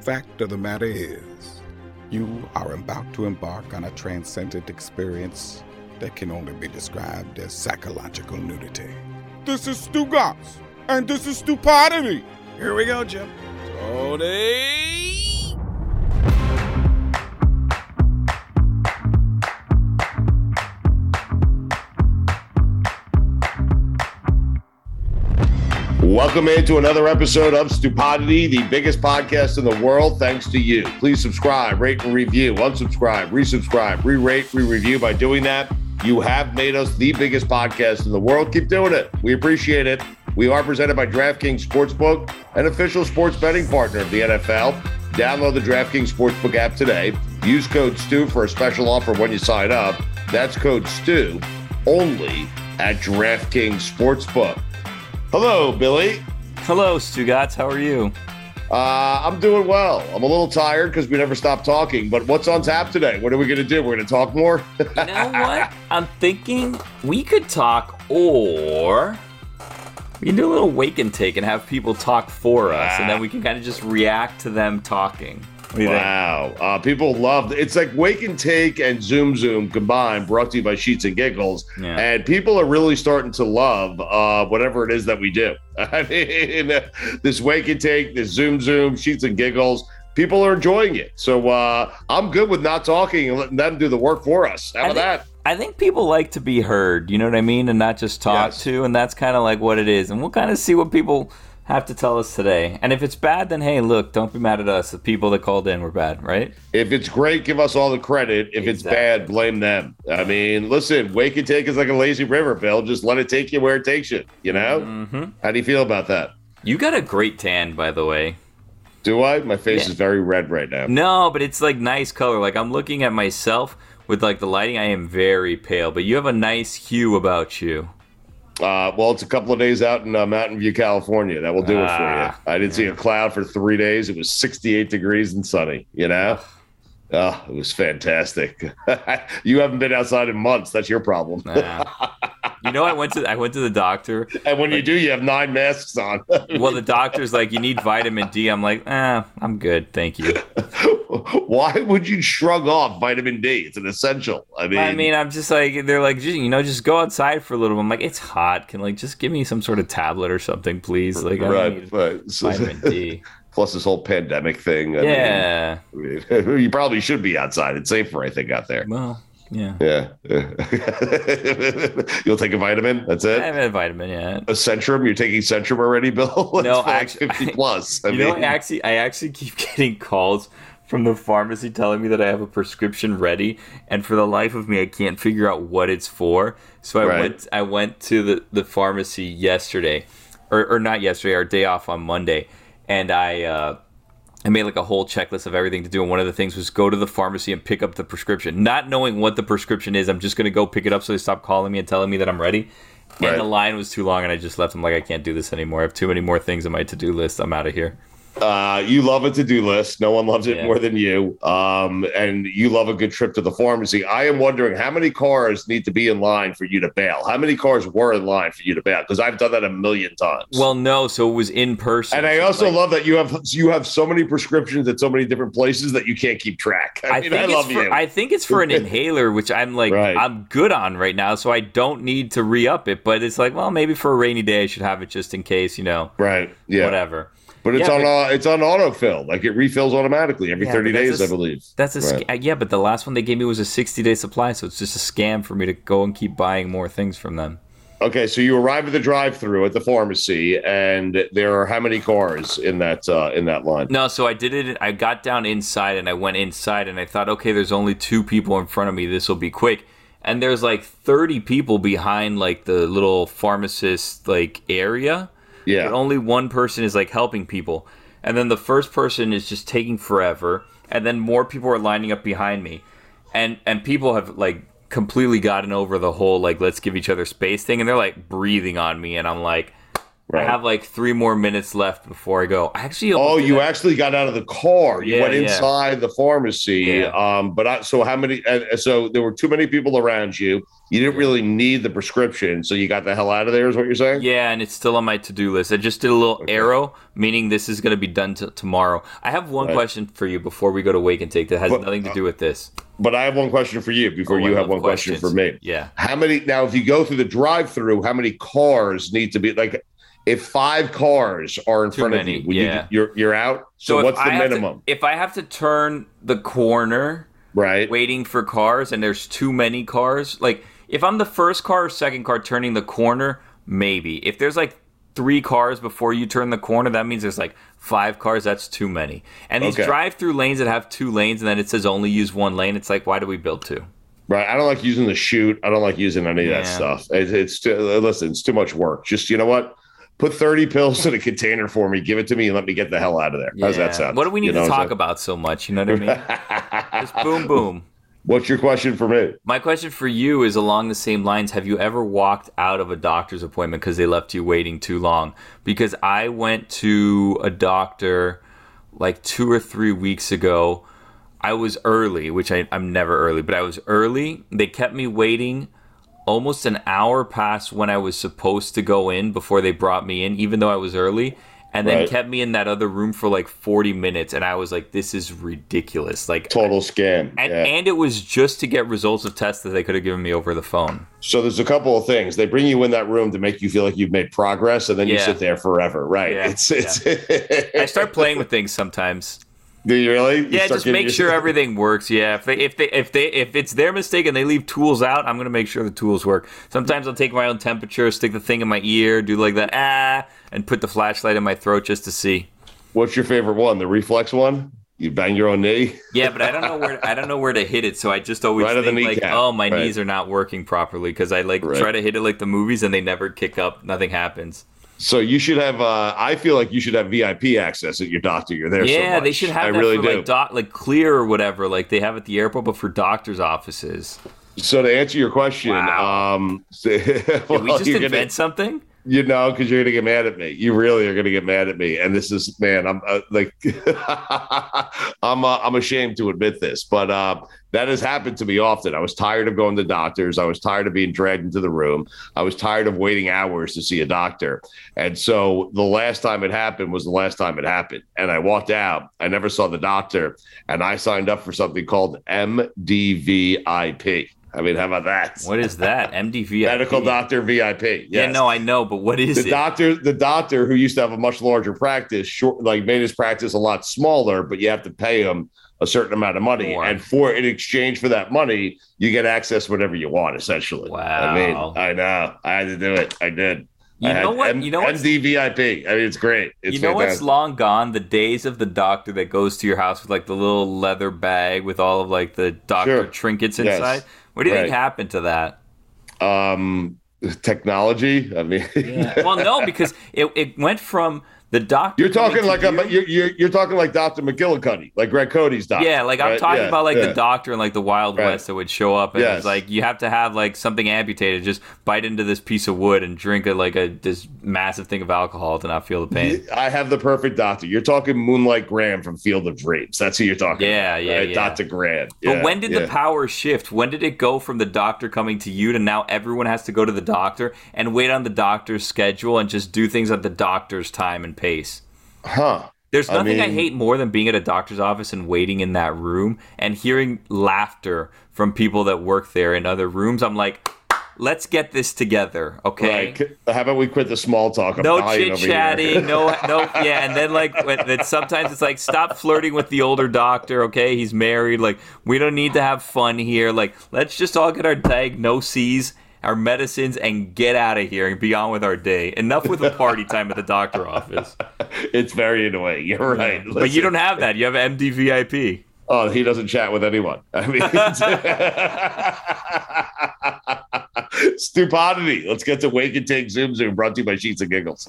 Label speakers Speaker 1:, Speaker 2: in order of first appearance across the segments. Speaker 1: Fact of the matter is, you are about to embark on a transcendent experience that can only be described as psychological nudity. This is Stu Goss, and this is Stupidity. Here we go, Jim. Tony!
Speaker 2: Welcome into another episode of Stupidity, the biggest podcast in the world, thanks to you. Please subscribe, rate, and review. Unsubscribe, resubscribe, re rate, re review. By doing that, you have made us the biggest podcast in the world. Keep doing it. We appreciate it. We are presented by DraftKings Sportsbook, an official sports betting partner of the NFL. Download the DraftKings Sportsbook app today. Use code STU for a special offer when you sign up. That's code STU only at DraftKings Sportsbook. Hello, Billy.
Speaker 3: Hello, Stugatz. How are you?
Speaker 2: Uh, I'm doing well. I'm a little tired because we never stop talking. But what's on tap today? What are we going to do? We're going to talk more.
Speaker 3: You know what? I'm thinking we could talk, or we can do a little wake and take and have people talk for us, and then we can kind of just react to them talking. What do you think?
Speaker 2: wow, uh, people love it's like wake and take and zoom zoom combined. Brought to you by Sheets and Giggles,
Speaker 3: Yeah.
Speaker 2: and people are really starting to love uh, whatever it is that we do. I mean, this wake and take, this zoom zoom, Sheets and Giggles. People are enjoying it, so uh, I'm good with not talking and letting them do the work for us. How
Speaker 3: I
Speaker 2: about
Speaker 3: think-
Speaker 2: that?
Speaker 3: I think people like to be heard, you know what I mean, and not just talked
Speaker 2: Yes.
Speaker 3: to, and that's kind of like what it is. And we'll kind of see what people have to tell us today. And if it's bad, then hey, look, don't be mad at us. The people that called in were bad, right?
Speaker 2: If it's great, give us all the credit. If it's
Speaker 3: Exactly.
Speaker 2: bad, blame them. I mean, listen, wake and take is like a lazy river, Bill. Just let it take you where it takes you. You know?
Speaker 4: Mm-hmm.
Speaker 2: How do you feel about that?
Speaker 3: Mm-hmm. You got a great tan, by the way.
Speaker 2: Do I? My face is very red right now.
Speaker 3: No, but it's like nice color. Like I'm looking at myself with like the lighting. I am very pale, but you have a nice hue about you.
Speaker 2: Uh, well, it's a couple of days out in uh, Mountain View, California. That will do it
Speaker 3: Ah.
Speaker 2: for you. I didn't see a cloud for three days. It was 68 degrees and sunny, you know? Oh, it was fantastic. you haven't been outside in months. That's your problem.
Speaker 3: Nah. you know, I went to I went to the doctor.
Speaker 2: and when you do, you have nine masks on.
Speaker 3: Well, the doctor's like, you need vitamin D. I'm like, ah, I'm good, thank you.
Speaker 2: Why would you shrug off vitamin D? It's an essential. I mean,
Speaker 3: I mean, I'm just like, they're like, "Gee, you know, just go outside for a little. bit." I'm like, it's hot. Can like just give me some sort of tablet or something, please? Like, I
Speaker 2: right,
Speaker 3: need
Speaker 2: right. So-
Speaker 3: vitamin D.
Speaker 2: plus this whole pandemic thing. I
Speaker 3: yeah.
Speaker 2: mean, I mean, you probably should be outside. It's safer, I think, out there.
Speaker 3: Well, yeah.
Speaker 2: Yeah. You'll take a vitamin. That's
Speaker 3: I
Speaker 2: it.
Speaker 3: haven't had vitamin yet.
Speaker 2: a Centrum. You're taking Centrum already, Bill. It's
Speaker 3: No,
Speaker 2: like
Speaker 3: actually-
Speaker 2: fifty plus. I
Speaker 3: you
Speaker 2: mean,
Speaker 3: know, I actually, I actually keep getting calls from the pharmacy telling me that I have a prescription ready, and for the life of me, I can't figure out what it's for. So I
Speaker 2: Right.
Speaker 3: went I went to the, the pharmacy yesterday, or, or not yesterday, our day off on Monday, and I uh, I made like a whole checklist of everything to do, and one of the things was go to the pharmacy and pick up the prescription. Not knowing what the prescription is, I'm just gonna go pick it up so they stop calling me and telling me that I'm ready.
Speaker 2: Right.
Speaker 3: And the line was too long, and I just left. I'm like, I can't do this anymore. I have too many more things on my to do list. I'm out of here.
Speaker 2: Uh, you love a to do list. No one loves it
Speaker 3: Yeah.
Speaker 2: more than you. Um, and you love a good trip to the pharmacy. I am wondering how many cars need to be in line for you to bail? How many cars were in line for you to bail? Because I've done that a million times.
Speaker 3: Well, no, so it was in person.
Speaker 2: and I
Speaker 3: so,
Speaker 2: also
Speaker 3: like,
Speaker 2: love that you have you have so many prescriptions at so many different places that you can't keep track. I,
Speaker 3: I,
Speaker 2: mean,
Speaker 3: think
Speaker 2: I
Speaker 3: it's
Speaker 2: love
Speaker 3: for,
Speaker 2: you.
Speaker 3: I think it's for an inhaler, which I'm like,
Speaker 2: Right.
Speaker 3: I'm good on right now, so I don't need to re up it. But it's like, well, maybe for a rainy day, I should have it just in case, you know,
Speaker 2: right. Yeah.
Speaker 3: whatever.
Speaker 2: But it's
Speaker 3: Yeah,
Speaker 2: on
Speaker 3: but-
Speaker 2: uh, it's on autofill. Like it refills automatically every
Speaker 3: Yeah,
Speaker 2: 30
Speaker 3: but that's
Speaker 2: days,
Speaker 3: a
Speaker 2: I
Speaker 3: s-
Speaker 2: believe.
Speaker 3: That's a
Speaker 2: Right.
Speaker 3: sc- yeah, but the last one they gave me was a 60 day supply, so it's just a scam for me to go and keep buying more things from them.
Speaker 2: Okay, so you arrive at the drive-through at the pharmacy, and there are how many cars in that uh, in that line?
Speaker 3: No, so I did it. I got down inside and I went inside and I thought, okay, there's only two people in front of me. This will be quick. And there's like 30 people behind like the little pharmacist like area. But
Speaker 2: Yeah,
Speaker 3: only one person is like helping people. And then the first person is just taking forever. And then more people are lining up behind me. And and people have like completely gotten over the whole like let's give each other space thing and they're like breathing on me and I'm like
Speaker 2: right.
Speaker 3: I have like three more minutes left before I go. I actually
Speaker 2: oh,
Speaker 3: almost did
Speaker 2: you
Speaker 3: that.
Speaker 2: actually got out of the car. You
Speaker 3: Yeah,
Speaker 2: went
Speaker 3: yeah.
Speaker 2: inside the pharmacy.
Speaker 3: Yeah.
Speaker 2: Um, but I, so how many? Uh, so there were too many people around you. You didn't really need the prescription, so you got the hell out of there. Is what you're saying?
Speaker 3: Yeah, and it's still on my to-do list. I just did a little arrow, meaning this is going to be done t- tomorrow. I have one
Speaker 2: Right.
Speaker 3: question for you before we go to wake and take that has
Speaker 2: But,
Speaker 3: nothing to do with this.
Speaker 2: But I have one question for you before
Speaker 3: Oh, I
Speaker 2: you have one
Speaker 3: love
Speaker 2: question for
Speaker 3: questions.
Speaker 2: me.
Speaker 3: Yeah.
Speaker 2: How many now? If you go through the drive-through, how many cars need to be like? If five cars are in
Speaker 3: Too
Speaker 2: front
Speaker 3: many,
Speaker 2: of you, would you-
Speaker 3: yeah.
Speaker 2: you're you're out. So,
Speaker 3: if
Speaker 2: what's the
Speaker 3: I have to-
Speaker 2: minimum,
Speaker 3: if I have to turn the corner
Speaker 2: right?
Speaker 3: waiting for cars and there's too many cars, like if I'm the first car or second car turning the corner, maybe. If there's like three cars before you turn the corner, that means there's like five cars. That's too many. And these
Speaker 2: Okay.
Speaker 3: drive-through lanes that have two lanes and then it says only use one lane, it's like why do we build two?
Speaker 2: Right. I don't like using the shoot. I don't like using any of that
Speaker 3: Yeah.
Speaker 2: stuff. It's, it's too, listen, it's too much work. Just you know what? Put thirty pills in a container for me. Give it to me and let me get the hell out of there. How's
Speaker 3: Yeah.
Speaker 2: that sound?
Speaker 3: What do we need
Speaker 2: You know
Speaker 3: to
Speaker 2: what I'm
Speaker 3: talk about so much? You know what I mean? Just boom, boom.
Speaker 2: What's your question for me?
Speaker 3: My question for you is along the same lines. Have you ever walked out of a doctor's appointment because they left you waiting too long? Because I went to a doctor like two or three weeks ago. I was early, which I, I'm never early, but I was early. They kept me waiting almost an hour past when I was supposed to go in before they brought me in, even though I was early, and then
Speaker 2: Right.
Speaker 3: kept me in that other room for like 40 minutes. And I was like, this is ridiculous. Like,
Speaker 2: Total scam.
Speaker 3: and,
Speaker 2: Yeah.
Speaker 3: and it was just to get results of tests that they could have given me over the phone.
Speaker 2: So there's a couple of things. They bring you in that room to make you feel like you've made progress, and then you
Speaker 3: Yeah.
Speaker 2: sit there forever. Right.
Speaker 3: Yeah.
Speaker 2: It's it's.
Speaker 3: I start playing with things sometimes.
Speaker 2: Do you really? You
Speaker 3: Yeah,
Speaker 2: start
Speaker 3: just
Speaker 2: getting
Speaker 3: make
Speaker 2: your-
Speaker 3: sure everything works. Yeah, if they if they if they if it's their mistake and they leave tools out, I'm gonna make sure the tools work. Sometimes I'll take my own temperature, stick the thing in my ear, do like that ah, and put the flashlight in my throat just to see.
Speaker 2: What's your favorite one? The reflex one? You bang your own knee.
Speaker 3: Yeah, but I don't know where I don't know where to hit it, so I just always
Speaker 2: Right at the
Speaker 3: think like,
Speaker 2: kneecap,
Speaker 3: oh, my
Speaker 2: right.
Speaker 3: knees are not working properly because I like
Speaker 2: Right.
Speaker 3: try to hit it like the movies and they never kick up, nothing happens.
Speaker 2: So you should have. Uh, I feel like you should have VIP access at your doctor. You're there. so
Speaker 3: yeah, they
Speaker 2: much.
Speaker 3: should have
Speaker 2: I
Speaker 3: that
Speaker 2: really
Speaker 3: for
Speaker 2: do.
Speaker 3: like doc, like clear or whatever, like they have at the airport, but for doctors' offices.
Speaker 2: so to answer your question,
Speaker 3: Wow.
Speaker 2: um, well,
Speaker 3: Did we just
Speaker 2: you're
Speaker 3: invent
Speaker 2: gonna,
Speaker 3: something?
Speaker 2: you know, because you're gonna get mad at me. You really are gonna get mad at me. And this is, man, I'm uh, like, I'm uh, I'm ashamed to admit this, but uh, that has happened to me often. I was tired of going to doctors. I was tired of being dragged into the room. I was tired of waiting hours to see a doctor. And so the last time it happened was the last time it happened. And I walked out. I never saw the doctor. And I signed up for something called MDVIP. I mean, how about that?
Speaker 3: What is that? MDV.
Speaker 2: Medical doctor VIP.
Speaker 3: Yeah,
Speaker 2: Yes
Speaker 3: no, I know, but what is
Speaker 2: the
Speaker 3: it?
Speaker 2: doctor the doctor who used to have a much larger practice short like made his practice a lot smaller but you have to pay him a certain amount of money
Speaker 3: More.
Speaker 2: and for in exchange for that money you get access whatever you want essentially i mean
Speaker 3: Wow.
Speaker 2: i know i had to do it i did
Speaker 3: You
Speaker 5: I had
Speaker 3: know what?
Speaker 5: M-
Speaker 3: you know what's,
Speaker 5: MDVIP. I mean, it's great. It's
Speaker 3: you know what's
Speaker 5: fantastic.
Speaker 3: long gone? The days of the doctor that goes to your house with like the little leather bag with all of like the doctor
Speaker 5: Sure.
Speaker 3: trinkets
Speaker 5: Yes.
Speaker 3: inside. What do you think
Speaker 5: Right.
Speaker 3: happened to that?
Speaker 5: um technology. I mean,
Speaker 3: well, no, because it, it went from the doctor.
Speaker 5: you're talking
Speaker 3: coming
Speaker 5: like
Speaker 3: to
Speaker 5: a,
Speaker 3: you-
Speaker 5: you're, you're you're talking like Doctor McGillicuddy, like Greg Cody's doctor.
Speaker 3: yeah, like I'm
Speaker 5: right?
Speaker 3: talking
Speaker 5: Yeah,
Speaker 3: about like
Speaker 5: yeah.
Speaker 3: the doctor and like the Wild
Speaker 5: Right.
Speaker 3: West that would show up and
Speaker 5: Yes.
Speaker 3: it's like you have to have like something amputated, just bite into this piece of wood and drink a, like a this massive thing of alcohol to not feel the pain.
Speaker 5: I have the perfect doctor. You're talking Moonlight Graham from Field of Dreams. That's who you're talking.
Speaker 3: Yeah,
Speaker 5: about,
Speaker 3: yeah,
Speaker 5: right?
Speaker 3: yeah.
Speaker 5: Doctor Graham.
Speaker 3: But
Speaker 5: Yeah,
Speaker 3: when did
Speaker 5: yeah.
Speaker 3: the power shift? When did it go from the doctor coming to you to now everyone has to go to the doctor and wait on the doctor's schedule and just do things at the doctor's time and pace?
Speaker 5: huh?
Speaker 3: There's
Speaker 5: I
Speaker 3: nothing I,
Speaker 5: mean-
Speaker 3: hate more than being at a doctor's office and waiting in that room and hearing laughter from people that work there in other rooms. I'm like, let's get this together, okay?
Speaker 5: Like, how about we quit the small talk? I'm
Speaker 3: no
Speaker 5: dying
Speaker 3: chit
Speaker 5: over
Speaker 3: chatting,
Speaker 5: here.
Speaker 3: no, no, yeah. And then like, when, then sometimes it's like, stop flirting with the older doctor, okay? He's married. Like, we don't need to have fun here. Like, let's just all get our diagnoses, our medicines, and get out of here and be on with our day. Enough with the party time at the doctor office.
Speaker 5: it's very annoying. You're right.
Speaker 3: But you
Speaker 5: Listen.
Speaker 3: don't have that. You have MDVIP.
Speaker 5: Oh, he doesn't chat with anyone. I mean, stupidity. Let's get to Wake and Take Zoom Zoom, brought to you by Sheets and Giggles.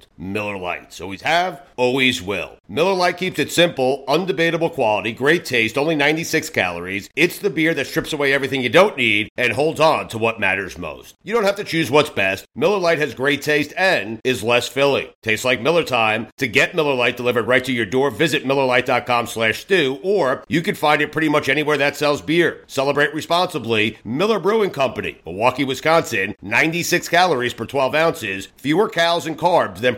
Speaker 2: Miller Lights. Always have, always will. Miller Lite keeps it simple, undebatable quality, great taste, only 96 calories. It's the beer that strips away everything you don't need and holds on to what matters most. You don't have to choose what's best. Miller Lite has great taste and is less filling. Tastes like Miller time. To get Miller Lite delivered right to your door, visit MillerLite.com slash stew, or you can find it pretty much anywhere that sells beer. Celebrate responsibly. Miller Brewing Company, Milwaukee, Wisconsin, 96 calories per 12 ounces, fewer calories and carbs than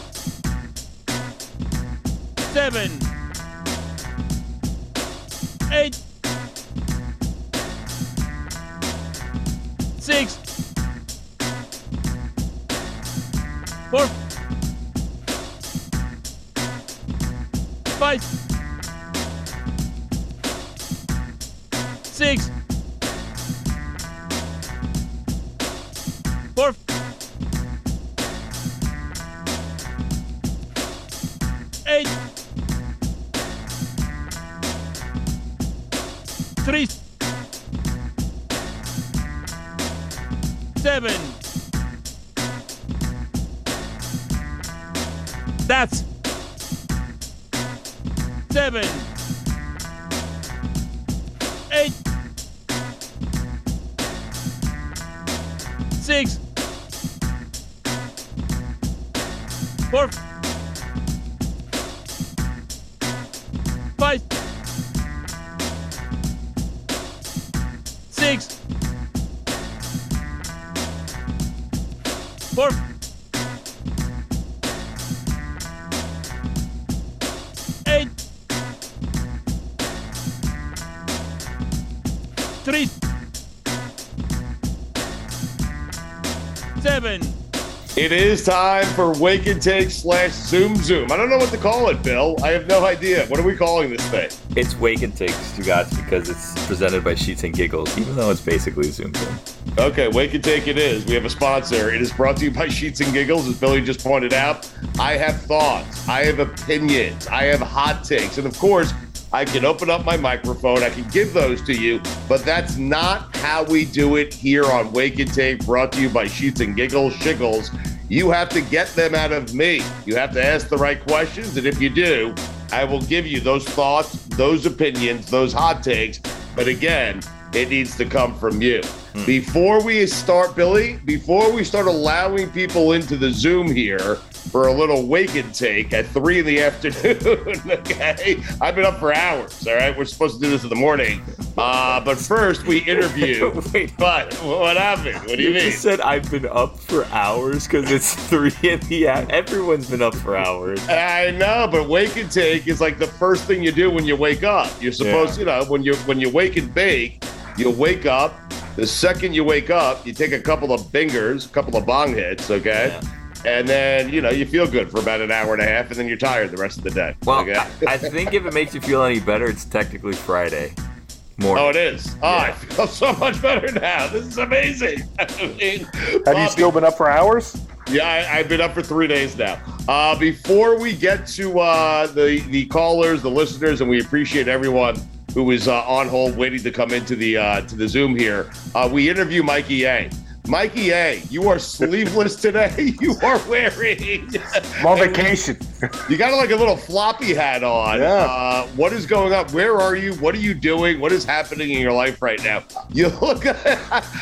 Speaker 4: Seven. Eight. Six. Four. Five. Six. Four. Eight. Three. Seven. That's seven. Eight.
Speaker 6: four, five, six, four, eight, three, seven.
Speaker 2: It is time for Wake and Take slash Zoom Zoom. I don't know what to call it, Bill. I have no idea. What are we calling this thing?
Speaker 3: It's Wake and Takes to Gods because it's presented by Sheets and Giggles, even though it's basically Zoom Zoom.
Speaker 2: Okay, Wake and Take it is. We have a sponsor. It is brought to you by Sheets and Giggles, as Billy just pointed out. I have thoughts, I have opinions, I have hot takes, and of course, I can open up my microphone. I can give those to you, but that's not how we do it here on Wake and Take, brought to you by Sheets and Giggles Shiggles. You have to get them out of me. You have to ask the right questions. And if you do, I will give you those thoughts, those opinions, those hot takes. But again, it needs to come from you. Before we start, Billy, before we start allowing people into the Zoom here for a little wake and take at three in the afternoon, okay? I've been up for hours, all right? We're supposed to do this in the morning. Uh, but first, we interview. Wait, what? What happened? What do you,
Speaker 3: You
Speaker 2: mean?
Speaker 3: just said I've been up for hours because it's three in the a- Everyone's been up for hours.
Speaker 2: I know, but wake and take is like the first thing you do when you wake up. You're supposed, you know, when you when you wake and bake, you wake up. The second you wake up, you take a couple of bingers, a couple of bong hits, okay, and then you know you feel good for about an hour and a half, and then you're tired the rest of the day.
Speaker 3: Well,
Speaker 2: okay?
Speaker 3: I, I think if it makes you feel any better, it's technically Friday morning.
Speaker 2: Oh, it is. Oh, I feel so much better now. This is amazing. I mean,
Speaker 7: Have you still been up for hours?
Speaker 2: Yeah, I, I've been up for three days now. Uh, before we get to uh, the the callers, the listeners, and we appreciate everyone who is uh, on hold waiting to come into the uh, to the Zoom here. Uh, we interview Mikey A. Mikey A, you are sleeveless today. You are wearing
Speaker 7: I'm on vacation.
Speaker 2: you got like a little floppy hat on.
Speaker 7: Yeah.
Speaker 2: Uh, what is going up? Where are you? What are you doing? What is happening in your life right now? You look.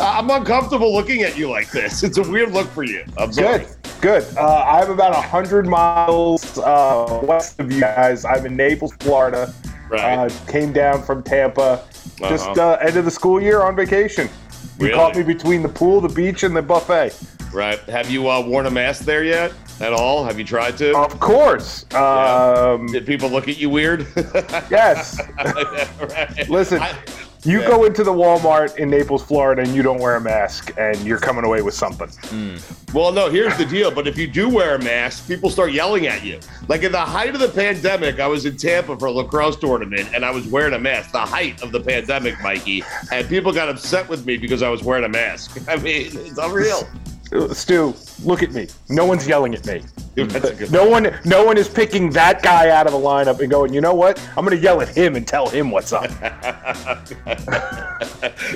Speaker 2: I'm uncomfortable looking at you like this. It's a weird look for you. I'm sorry.
Speaker 7: Good, good. Uh, I'm about 100 miles uh, west of you guys. I'm in Naples, Florida.
Speaker 2: Right.
Speaker 7: Uh, came down from Tampa. Just
Speaker 2: Uh-huh.
Speaker 7: uh, end of the school year on vacation. You
Speaker 2: Really?
Speaker 7: caught me between the pool, the beach, and the buffet.
Speaker 2: Right. Have you uh, worn a mask there yet at all? Have you tried to?
Speaker 7: Of course. Um,
Speaker 2: Did people look at you weird?
Speaker 7: yes.
Speaker 2: Right.
Speaker 7: Listen,
Speaker 2: I-
Speaker 7: you
Speaker 2: Yeah.
Speaker 7: go into the Walmart in Naples, Florida, and you don't wear a mask, and you're coming away with something.
Speaker 2: Well, no, here's the deal. But if you do wear a mask, people start yelling at you. Like at the height of the pandemic, I was in Tampa for a lacrosse tournament and I was wearing a mask, the height of the pandemic, Mikey. And people got upset with me because I was wearing a mask. I mean, it's unreal.
Speaker 7: Uh, Stu, look at me. No one's yelling at me. Uh,
Speaker 2: That's a good
Speaker 7: No one, no one is picking that guy out of the lineup and going, you know what? I'm going to yell at him and tell him what's up.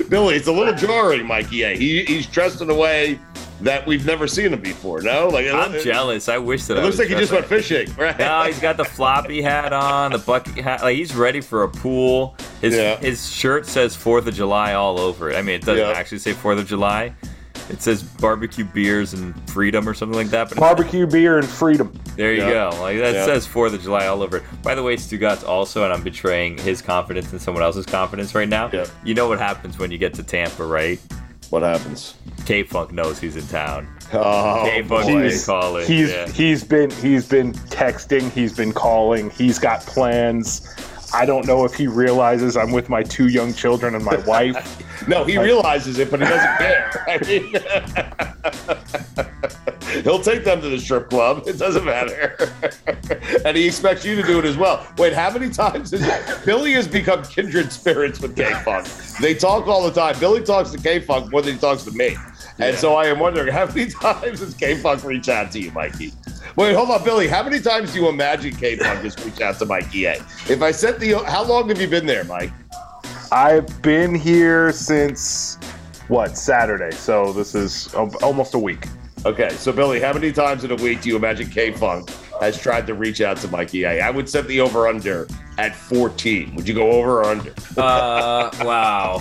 Speaker 2: Billy, it's a little jarring, Mikey. Yeah, he, he's dressed in a way that we've never seen him before. No, like
Speaker 3: I'm
Speaker 2: it-
Speaker 3: jealous. I wish that
Speaker 2: It
Speaker 3: I
Speaker 2: looks
Speaker 3: was
Speaker 2: like he just went
Speaker 3: dressed
Speaker 2: fishing, right?
Speaker 3: No, he's got the floppy hat on, the bucket hat. Like he's ready for a pool. His his shirt says Fourth of July all over it. I mean, it doesn't
Speaker 7: Yeah.
Speaker 3: actually say Fourth of July. It says barbecue beers and freedom or something like that. But
Speaker 7: Barbecue, beer, and freedom.
Speaker 3: there you
Speaker 7: Yeah.
Speaker 3: go. Like that
Speaker 7: Yeah.
Speaker 3: says Fourth of July all over it. By the way, Stugatz also, and I'm betraying his confidence in someone else's confidence right now. You know what happens when you get to Tampa, right?
Speaker 2: What happens?
Speaker 3: K Funk knows he's in town.
Speaker 2: Oh,
Speaker 3: K Funk is calling.
Speaker 7: he's
Speaker 3: yeah.
Speaker 7: he's been he's been texting, he's been calling, he's got plans. I don't know if he realizes I'm with my two young children and my wife.
Speaker 2: No, he
Speaker 7: Like-
Speaker 2: realizes it, but he doesn't care. I mean, he'll take them to the strip club. It doesn't matter. and he expects you to do it as well. Wait, how many times is Billy has become kindred spirits with K Funk? They talk all the time. Billy talks to K Funk more than he talks to me. And so I am wondering how many times has K Funk reached out to you, Mikey? Wait, hold on, Billy. How many times do you imagine K Funk has reached out to Mikey A? If I sent the, how long have you been there, Mike?
Speaker 7: I've been here since what Saturday, so this is al- almost a week.
Speaker 2: Okay, so Billy, how many times in a week do you imagine K Funk has tried to reach out to Mikey A? I would set the over under at 14. Would you go over or under?
Speaker 3: Uh, wow.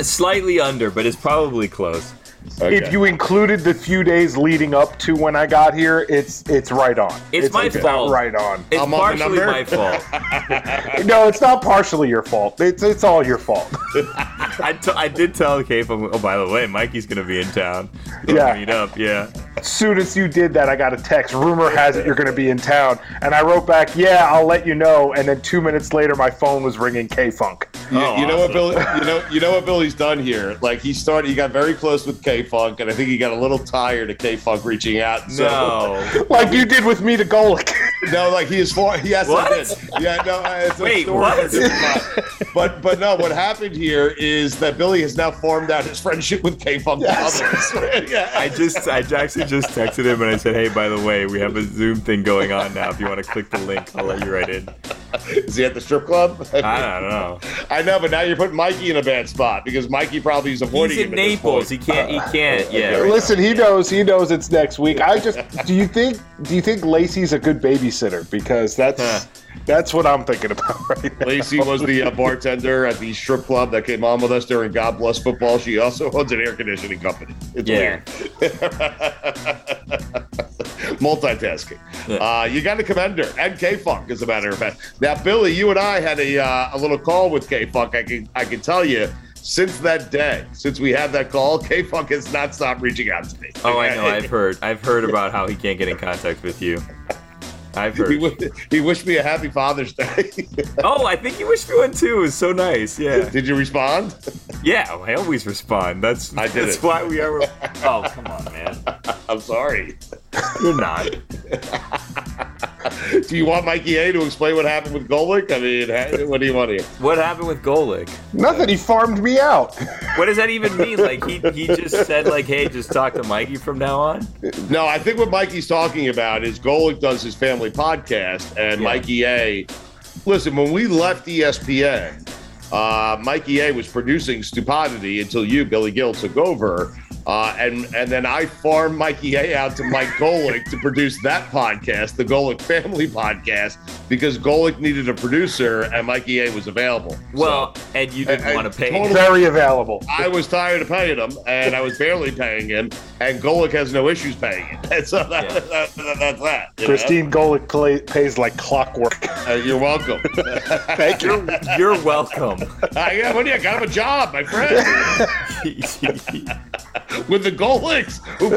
Speaker 3: Slightly under, but it's probably close.
Speaker 7: If you included the few days leading up to when I got here, it's it's right on.
Speaker 3: It's, my fault.
Speaker 7: Right on.
Speaker 3: It's partially my fault.
Speaker 7: no, it's not partially your fault. It's it's all your fault.
Speaker 3: I, t- I did tell Cape, I'm- oh, by the way, Mikey's going to be in town. We're
Speaker 7: Yeah.
Speaker 3: gonna Meet up, yeah.
Speaker 7: As soon as you did that, I got a text. Rumor has it you're going to be in town, and I wrote back, "Yeah, I'll let you know." And then two minutes later, my phone was ringing. K Funk.
Speaker 2: You,
Speaker 3: oh,
Speaker 2: you know
Speaker 3: uh,
Speaker 2: what Billy? You know you know what Billy's done here. Like he started, he got very close with K Funk, and I think he got a little tired of K Funk reaching out. So,
Speaker 3: No.
Speaker 7: like you did with me to Golik.
Speaker 2: no, like he is for yes, I
Speaker 3: What?
Speaker 2: did. Yeah, no, I- it's a
Speaker 3: Wait,
Speaker 2: story
Speaker 3: what?
Speaker 2: for a different time. But but no, what happened here is that Billy has now formed out his friendship with K Funk.
Speaker 3: I just, I actually just texted him and I said, hey, by the way, we have a Zoom thing going on now. If you want to click the link, I'll let you right in.
Speaker 2: Is he at the strip club?
Speaker 3: I don't know.
Speaker 2: I know, but now you're putting Mikey in a bad spot because Mikey probably is avoiding
Speaker 3: He's
Speaker 2: him
Speaker 3: in
Speaker 2: at this
Speaker 3: Naples.
Speaker 2: point. Uh,
Speaker 3: He can't, he can't, yeah.
Speaker 7: Listen, he knows. He knows it's next week. I just do you think do you think Lacey's a good babysitter? Because that's that's what I'm thinking about right now.
Speaker 2: Lacey was the uh, bartender at the strip club that came on with us during God Bless Football. She also owns an air conditioning company. It's
Speaker 3: Yeah.
Speaker 2: weird. Multitasking. Uh, you got to commend her and K Funk, as a matter of fact. Now, Billy, you and I had a uh, a little call with K Funk. I can I can tell you. Since that day, since we had that call, K Funk has not stopped reaching out to me.
Speaker 3: Oh, I know. I've heard. I've heard about how he can't get in contact with you. I've
Speaker 2: He,
Speaker 3: heard.
Speaker 2: w- he wished me a happy Father's Day.
Speaker 3: Oh, I think you wished me one too. It was so nice. Yeah.
Speaker 2: Did you respond?
Speaker 3: Yeah, Oh, I always respond. That's I
Speaker 2: did
Speaker 3: That's
Speaker 2: it.
Speaker 3: why we are. Oh, come on, man.
Speaker 2: I'm sorry.
Speaker 3: You're not.
Speaker 2: Do you want Mikey A to explain what happened with Golik? I mean, ha- what do you want here?
Speaker 3: What happened with Golik?
Speaker 7: Nothing. He farmed me out.
Speaker 3: What does that even mean? Like he he just said like, hey, just talk to Mikey from now on.
Speaker 2: No, I think what Mikey's talking about is Golik does his family podcast, and Mikey A. Listen, when we left E ESPN, uh, Mikey A. was producing Stupidity until you, Billy Gill, took over, uh, and and then I farmed Mikey A. out to Mike Golik to produce that podcast, the Golik Family Podcast, because Golik needed a producer, and Mikey A. was available.
Speaker 3: Well, and you didn't
Speaker 2: and
Speaker 3: want to pay.
Speaker 2: totally-
Speaker 7: Very available.
Speaker 2: I was tired of paying him, and I was barely paying him, and Golik has no issues paying it. And so that, that, that, that's that. you know?
Speaker 7: Christine Golik play, pays like clockwork.
Speaker 2: Uh, you're welcome.
Speaker 7: Thank you.
Speaker 3: You're welcome.
Speaker 2: I, yeah, what do you, I got him a job, my friend. With the Golics, who,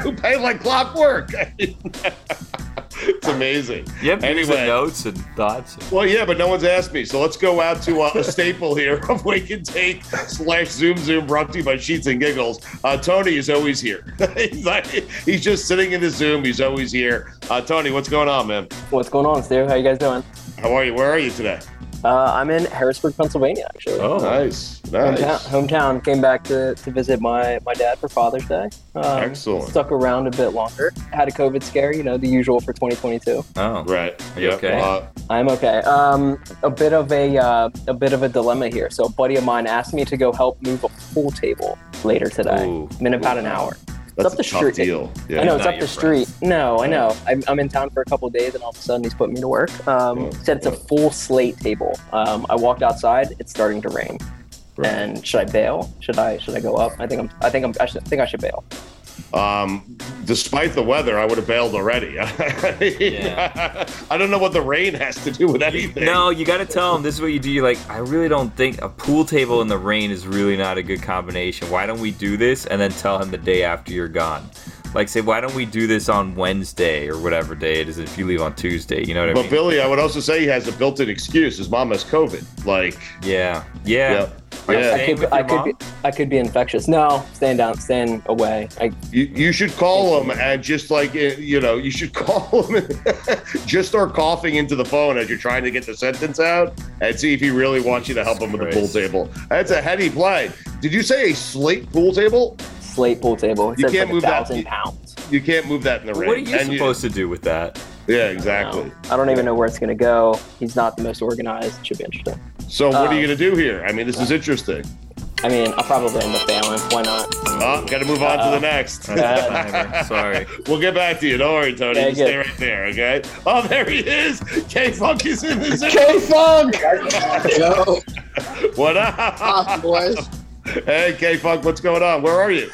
Speaker 2: who pay like clockwork. it's amazing.
Speaker 3: Yep. Anyway,
Speaker 2: Anyway.
Speaker 3: notes and thoughts.
Speaker 2: Well, yeah, but no one's asked me. So let's go out to uh, a staple here of Wake and Take slash Zoom Zoom brought to you by Sheets and Giggles. Uh, Tony is always here. he's, like, he's just sitting in the Zoom. He's always here. Uh, Tony, what's going on, man?
Speaker 8: What's going on, Stu? How you guys doing?
Speaker 2: How are you? Where are you today?
Speaker 8: Uh, I'm in Harrisburg, Pennsylvania, actually.
Speaker 2: Oh, nice, nice.
Speaker 8: Hometown, hometown. Came back to, to visit my, my dad for Father's Day. Um,
Speaker 2: Excellent.
Speaker 8: Stuck around a bit longer. Had a COVID scare, you know, the usual for 2022.
Speaker 3: Oh,
Speaker 2: right.
Speaker 3: Are you okay?
Speaker 8: I'm okay. Um, a bit of a uh, a bit of a dilemma here. So a buddy of mine asked me to go help move a pool table later today. I'm in about an hour. It's
Speaker 2: That's
Speaker 8: up
Speaker 2: a
Speaker 8: the
Speaker 2: tough
Speaker 8: street.
Speaker 2: deal. Yeah.
Speaker 8: I know
Speaker 2: He's
Speaker 8: it's up
Speaker 2: not your
Speaker 8: the street. No, I
Speaker 2: Yeah.
Speaker 8: know. I'm, I'm in town for a couple of days, and all of a sudden he's putting me to work. Um, said it's a full slate table. Um, I walked outside. It's starting to rain. And should I bail? Should I should I go up? I think I'm. I think I'm. I, should, think I should bail.
Speaker 2: Um, despite the weather, I would have bailed already. I mean, I don't know what the rain has to do with anything.
Speaker 3: No, you got to tell him this is what you do. You're like, I really don't think a pool table in the rain is really not a good combination. Why don't we do this? And then tell him the day after you're gone. Like, say, why don't we do this on Wednesday or whatever day it is if you leave on Tuesday? You know what I
Speaker 2: but
Speaker 3: mean?
Speaker 2: Billy, I would also say he has a built-in excuse. His mom has COVID. Like,
Speaker 3: yeah, yeah,
Speaker 8: I, I could. I could. Be, I could be infectious. No, staying down, staying away. I,
Speaker 2: You, you should call him and just like eh, you know, you should call him. just start coughing into the phone as you're trying to get the sentence out, and see if he really wants you to help him with the pool table. That's a heady play. Did you say a slate pool table?
Speaker 8: Slate pool table. It
Speaker 2: You
Speaker 8: says
Speaker 2: can't
Speaker 8: like
Speaker 2: move that.
Speaker 8: 1,000 pounds.
Speaker 2: You can't move that in the rain.
Speaker 3: What are you
Speaker 2: And
Speaker 3: supposed to do with that?
Speaker 2: Yeah, exactly.
Speaker 8: I don't even know where it's gonna go. He's not the most organized. Should be interesting.
Speaker 2: So what are you going to do here? I mean, this is interesting.
Speaker 8: Um, I mean, I'll probably end up bailing. Why not? Uh,
Speaker 2: Oh, got to move on to the next.
Speaker 3: Sorry.
Speaker 2: We'll get back to you. Don't worry, Tony.
Speaker 8: Yeah,
Speaker 2: Just stay
Speaker 8: good.
Speaker 2: right there, okay? Oh, there he is. K Funk is in the zone.
Speaker 9: K Funk!
Speaker 2: Yo. What up? boys? Hey, K Funk, what's going on? Where are you?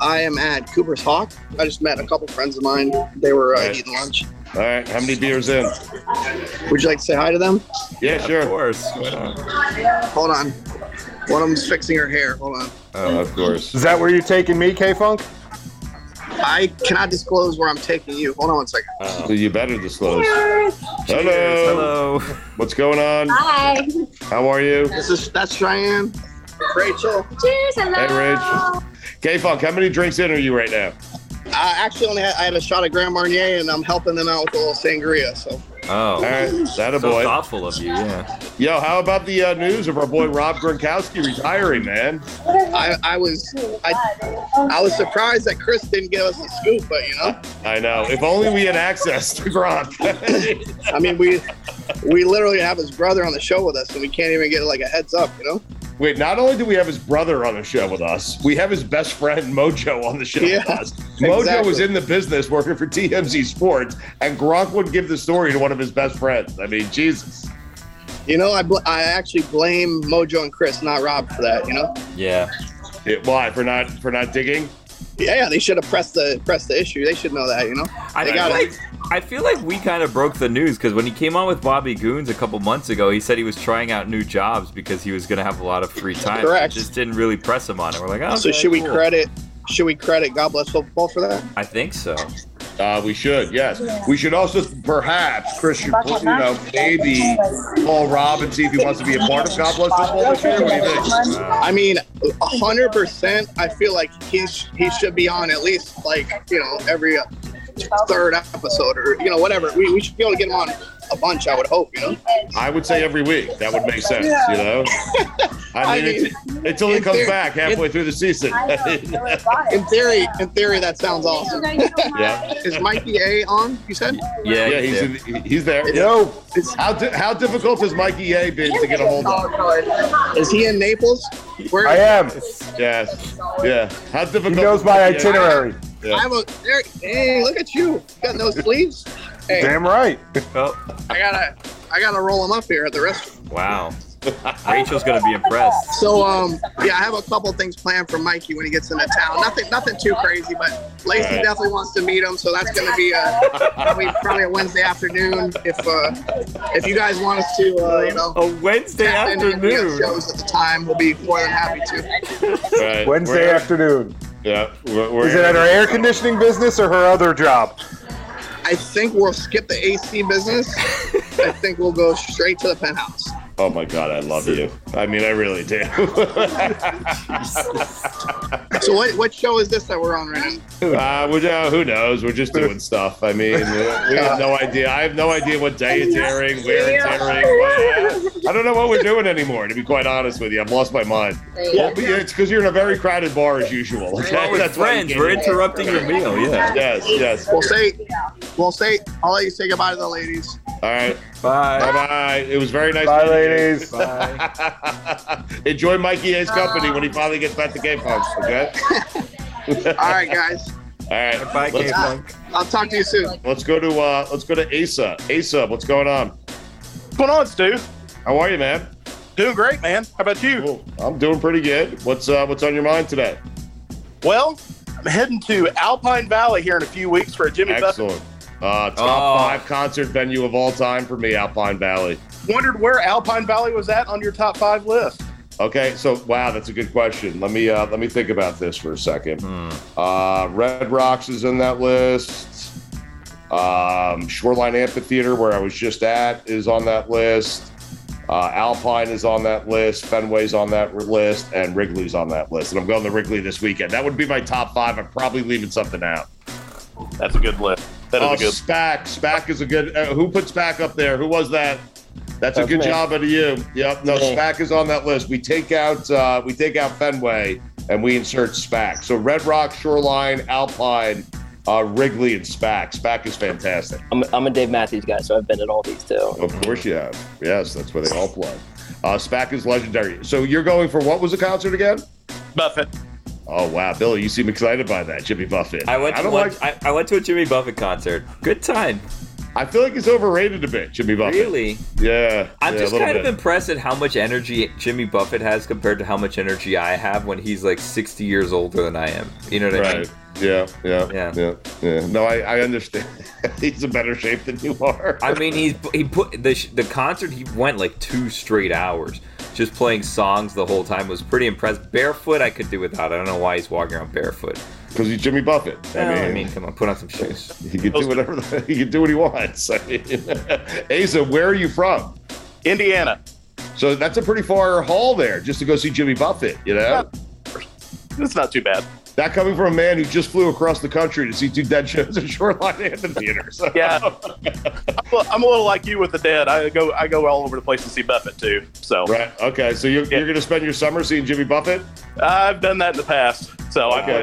Speaker 9: I am at Cooper's Hawk. I just met a couple friends of mine. They were uh,
Speaker 2: Right.
Speaker 9: eating lunch.
Speaker 2: All right, how many beers in?
Speaker 9: Would you like to say hi to them?
Speaker 2: Yeah, sure. Of
Speaker 3: course.
Speaker 9: Hold on. One of them's fixing her hair. Hold on.
Speaker 2: Oh, of course.
Speaker 7: Is that where you're taking me, K Funk?
Speaker 9: I cannot disclose where I'm taking you. Hold on one second.
Speaker 2: So you better disclose. Hello. Hello. What's going on?
Speaker 9: Hi.
Speaker 2: How are you?
Speaker 9: This is that's Cheyenne. Rachel. Cheers. Hello.
Speaker 2: Hey, Rich. K Funk, how many drinks in are you right now?
Speaker 9: I actually only had, I had a shot at Grand Marnier, and I'm helping them out with a little sangria. So
Speaker 3: Oh, all
Speaker 2: right. That a
Speaker 3: so
Speaker 2: boy.
Speaker 3: thoughtful of you. Yeah.
Speaker 2: Yo, how about the uh, news of our boy Rob Gronkowski retiring, man?
Speaker 9: I, I was I, I was surprised that Chris didn't give us a scoop, but you know,
Speaker 2: I know. If only we had access to Gronk.
Speaker 9: I mean, we we literally have his brother on the show with us, and we can't even get like a heads up, you know.
Speaker 2: Wait, not only do we have his brother on the show with us, we have his best friend Mojo on the show
Speaker 9: Yeah,
Speaker 2: with us. Mojo
Speaker 9: exactly.
Speaker 2: was in the business working for TMZ Sports, and Gronk would give the story to one of his best friends. I mean, Jesus.
Speaker 9: You know, I, bl- I actually blame Mojo and Chris, not Rob, for that. You know,
Speaker 3: Yeah.
Speaker 2: why for not for not digging?
Speaker 9: yeah, they should have pressed the pressed the issue. They should know that. You know,
Speaker 3: I
Speaker 9: they
Speaker 3: feel,
Speaker 9: gotta-
Speaker 3: like, I feel like we kind of broke the news because when he came on with Bobby Goons a couple months ago, he said he was trying out new jobs because he was going to have a lot of free time.
Speaker 9: Correct.
Speaker 3: It just didn't really press him on it. We're like, oh,
Speaker 9: so should we credit? Should we credit God Bless Football for that?
Speaker 3: I think so.
Speaker 2: Uh, we should, yes. We should also perhaps Chris should you know maybe call Rob and see if he wants to be a part of God Bless Football this year. What do you think?
Speaker 9: I mean, a hundred percent. I feel like he's he should be on at least like you know every third episode or you know whatever. We, we should be able to get him on a bunch. I would hope. You know,
Speaker 2: I would say every week. That would make sense, you know. I
Speaker 9: I
Speaker 2: mean,
Speaker 9: mean,
Speaker 2: it's, until he
Speaker 9: in
Speaker 2: comes
Speaker 9: theory-
Speaker 2: back halfway through the season.
Speaker 9: in theory, in theory, that sounds awesome.
Speaker 2: Yeah.
Speaker 9: Is Mikey A on? You said.
Speaker 2: Yeah, yeah, he's he's, in, he's there. Yo, how di- how difficult has Mikey A been to get a hold of?
Speaker 9: Is he in Naples? Where
Speaker 7: I am.
Speaker 2: Yes. Yeah. How difficult?
Speaker 7: He knows my
Speaker 2: has Mikey A been?
Speaker 7: itinerary.
Speaker 2: Yeah.
Speaker 9: I have a, there, hey, look at you. You got no sleeves. Hey,
Speaker 7: Damn right.
Speaker 3: Oh,
Speaker 9: I gotta, I gotta roll them up here at the restaurant.
Speaker 3: Wow. Rachel's going to be impressed.
Speaker 9: So um yeah, I have a couple things planned for Mikey when he gets into town. Nothing nothing too crazy, but Lacey
Speaker 2: All right.
Speaker 9: definitely wants to meet him, so that's gonna be uh probably probably a Wednesday afternoon if uh if you guys want us to uh you know
Speaker 3: a Wednesday
Speaker 9: afternoon shows at the time, we'll be more than happy to.
Speaker 2: Right.
Speaker 7: Wednesday
Speaker 2: We're-
Speaker 7: afternoon.
Speaker 2: Yeah. We're, we're
Speaker 7: Is it at her air conditioning business or her other job?
Speaker 9: I think we'll skip the AC business. I think we'll go straight to the penthouse.
Speaker 2: Oh my God, I love you. I mean, I really do.
Speaker 9: So what what show is this that we're on right now?
Speaker 2: Uh, we uh, who knows? We're just doing stuff. I mean, we have no idea. I have no idea what day it's airing, where it's airing. what- I don't know what we're doing anymore. To be quite honest with you, I've lost my mind. Well, but yeah, it's because you're in a very crowded bar as usual. Okay?
Speaker 3: Well, we're
Speaker 2: why you
Speaker 3: friends.
Speaker 2: can't
Speaker 3: We're
Speaker 2: eat.
Speaker 3: interrupting your meal, yeah.
Speaker 2: Yes. Yes.
Speaker 9: We'll say we'll say I'll let you say goodbye to the ladies.
Speaker 2: All right.
Speaker 3: Bye.
Speaker 2: Bye. Bye. It was very nice.
Speaker 7: Bye,
Speaker 2: meeting you.
Speaker 7: ladies.
Speaker 2: Enjoy Mikey A's company when he finally gets back to Game Punks. Okay.
Speaker 9: All right guys.
Speaker 2: All right.
Speaker 3: Bye,
Speaker 2: let's,
Speaker 3: K-Funk.
Speaker 9: I'll talk to you soon.
Speaker 2: let's go to uh, let's go to Asa. Asa, what's going on?
Speaker 10: What's going on, Stu?
Speaker 2: How are you, man?
Speaker 10: Doing great, man. How about you?
Speaker 2: I'm doing pretty good. What's uh, what's on your mind today?
Speaker 10: Well, I'm heading to Alpine Valley here in a few weeks for a Jimmy Buffett.
Speaker 2: Excellent. Uh, top five concert venue of all time for me, Alpine Valley.
Speaker 10: Wondered where Alpine Valley was at on your top five list.
Speaker 2: Okay, so wow, that's a good question. Let me uh, let me think about this for a second.
Speaker 10: Hmm.
Speaker 2: Uh, Red Rocks is in that list. Um, Shoreline Amphitheater, where I was just at, is on that list. Uh, Alpine is on that list. Fenway's on that list, and Wrigley's on that list. And I'm going to Wrigley this weekend. That would be my top five. I'm probably leaving something out.
Speaker 10: That's a good list. That is
Speaker 2: oh,
Speaker 10: a good.
Speaker 2: Spack. Spack is a good. Uh, who put Spack up there? Who was that? That's, a
Speaker 10: That's
Speaker 2: good
Speaker 10: me.
Speaker 2: job out of you. Yep. No,
Speaker 10: Me.
Speaker 2: Spack is on that list. We take out uh, we take out Fenway and we insert Spack. So Red Rock, Shoreline, Alpine, uh, Wrigley, and Spack. Spack is fantastic.
Speaker 8: I'm, I'm a Dave Matthews guy, so I've been at all these too.
Speaker 2: Of course you have. Yes, that's where they all play. Uh, Spack is legendary. So you're going for what was the concert again?
Speaker 10: Buffett.
Speaker 2: Oh wow, Billy, you seem excited by that, Jimmy Buffett.
Speaker 3: I went, to
Speaker 2: don't
Speaker 3: one,
Speaker 2: like.
Speaker 3: I, I went to a Jimmy Buffett concert. Good time.
Speaker 2: I feel like he's overrated a bit, Jimmy Buffett.
Speaker 3: Really?
Speaker 2: Yeah.
Speaker 3: I'm
Speaker 2: yeah,
Speaker 3: just
Speaker 2: a little
Speaker 3: kind of
Speaker 2: bit.
Speaker 3: impressed at how much energy Jimmy Buffett has compared to how much energy I have when he's like 60 years older than I am. You know what I mean?
Speaker 2: Right. Yeah, yeah, yeah, yeah, No, I, I understand. He's in better shape than you are.
Speaker 3: I mean, he's he put the sh- the concert. He went like two straight hours, just playing songs the whole time. Was pretty impressed. Barefoot, I could do without. I don't know why he's walking around barefoot.
Speaker 2: Because he's Jimmy Buffett.
Speaker 3: I mean, I mean, come on, put on some shoes.
Speaker 2: He can do whatever the, he can do what he wants. I mean, Asa, where are you from?
Speaker 10: Indiana.
Speaker 2: So that's a pretty far haul there, just to go see Jimmy Buffett. You know,
Speaker 10: it's not too bad.
Speaker 2: That coming from a man who just flew across the country to see two dead shows at Shoreline Amphitheater. So.
Speaker 10: Yeah, I'm a- I'm a little like you with the dead. I go I go all over the place to see Buffett too. So
Speaker 2: right, okay. So you're, you're going to spend your summer seeing Jimmy Buffett?
Speaker 10: I've done that in the past. So
Speaker 2: Okay.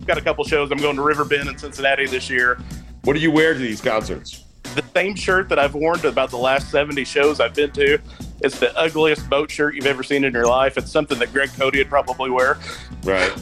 Speaker 10: I've got a couple shows. I'm going to River Bend in Cincinnati this year.
Speaker 2: What do you wear to these concerts?
Speaker 10: The same shirt that I've worn to about the last 70 shows I've been to. It's the ugliest boat shirt you've ever seen in your life. It's something that Greg Cody would probably wear.
Speaker 2: Right.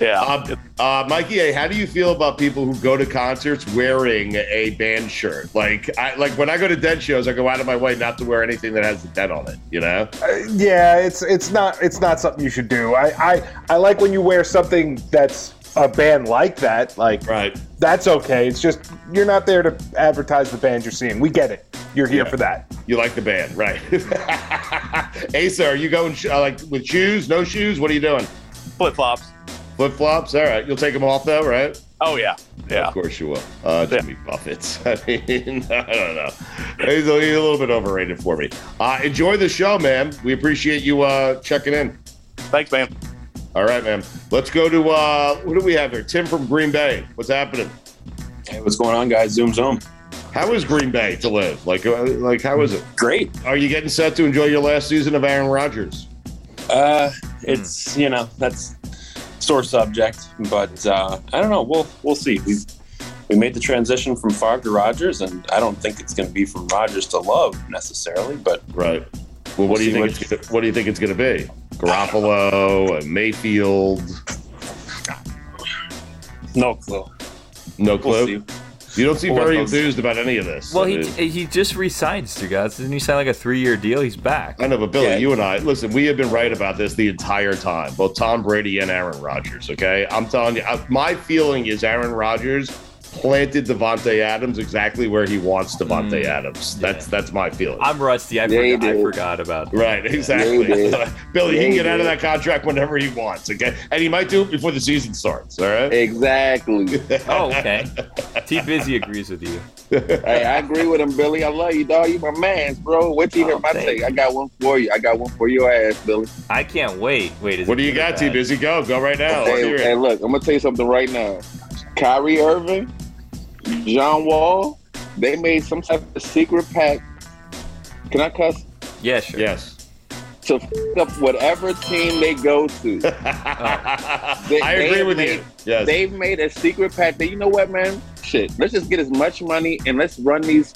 Speaker 10: Yeah.
Speaker 2: Uh, uh, Mikey, A, how do you feel about people who go to concerts wearing a band shirt? Like, I like when I go to dead shows, I go out of my way not to wear anything that has the dead on it. You know?
Speaker 7: yeah, it's it's not it's not something you should do. I I, I like when you wear something that's a band like that. Like
Speaker 2: right,
Speaker 7: that's okay. It's just you're not there to advertise the band you're seeing. We get it. You're here
Speaker 2: Yeah.
Speaker 7: for that.
Speaker 2: You like the band, right? Asa, are you going sh- uh, like with shoes? No shoes? What are you doing?
Speaker 10: Flip flops.
Speaker 2: Flip flops. All right, you'll take them off though, right?
Speaker 10: Oh yeah, yeah.
Speaker 2: Of course you will. Uh, Jimmy Buffett's. I mean, I don't know. He's a, he's a little bit overrated for me. Uh, enjoy the show, man. We appreciate you uh, checking in.
Speaker 10: Thanks, man.
Speaker 2: All right, man. Let's go to uh, what do we have here? Tim from Green Bay. What's happening?
Speaker 4: Hey, what's going on, guys? Zoom's home.
Speaker 2: How is Green Bay to live? Like, uh, like how is it?
Speaker 4: Great.
Speaker 2: Are you getting set to enjoy your last season of Aaron Rodgers?
Speaker 4: Uh, it's you know that's sore subject, but uh, I don't know. We'll we'll see. We we made the transition from Favre to Rogers, and I don't think it's going to be from Rogers to Love necessarily. But
Speaker 2: right. Well, what do you
Speaker 4: We'll
Speaker 2: think?
Speaker 4: see
Speaker 2: It's gonna, what do you think it's going to be? Garoppolo and Mayfield.
Speaker 4: No clue.
Speaker 2: No clue. You don't seem
Speaker 3: Well,
Speaker 2: very
Speaker 3: those-
Speaker 2: enthused about any of this.
Speaker 3: Well,
Speaker 2: I
Speaker 3: he
Speaker 2: mean-
Speaker 3: he just resigns, to guys. Doesn't he sign like a three-year deal? He's back.
Speaker 2: I know, but Billy, you and I, listen, we have been right about this the entire time, both Tom Brady and Aaron Rodgers. Okay, I'm telling you, I, my feeling is Aaron Rodgers planted Devonte Adams exactly where he wants Devonte Adams. That's that's my feeling.
Speaker 3: Mm. I'm rusty. I, forgot, I forgot about that.
Speaker 2: Right, exactly.
Speaker 3: Yeah, he did.
Speaker 2: Billy,
Speaker 3: Yeah,
Speaker 2: he can
Speaker 3: he
Speaker 2: get out of
Speaker 3: did.
Speaker 2: that contract whenever he wants, okay? And he might do it before the season starts, all right?
Speaker 4: Exactly.
Speaker 3: oh, okay. T Busy agrees with you.
Speaker 4: hey,
Speaker 11: I agree with him, Billy. I love you, dog. You my man's, bro. What you hear my take? I got one for you. I got one for your ass, Billy.
Speaker 3: I can't wait. Wait, is
Speaker 2: What
Speaker 3: it
Speaker 2: do you
Speaker 3: good or
Speaker 2: got, T
Speaker 3: bad?
Speaker 2: Busy? Go, go right now. Let's hear
Speaker 11: Hey,
Speaker 2: it.
Speaker 11: hey, look, I'm gonna tell you something right now. Kyrie Irving, John Wall, they made some type of secret pact. Can I cuss?
Speaker 3: Yes. Sure.
Speaker 2: Yes.
Speaker 11: To f- up whatever team they go to.
Speaker 2: I agree
Speaker 11: have
Speaker 2: with you.
Speaker 11: made-
Speaker 2: Yes.
Speaker 11: They've made a secret pact that you know what, man? Shit. Let's just get as much money and let's run these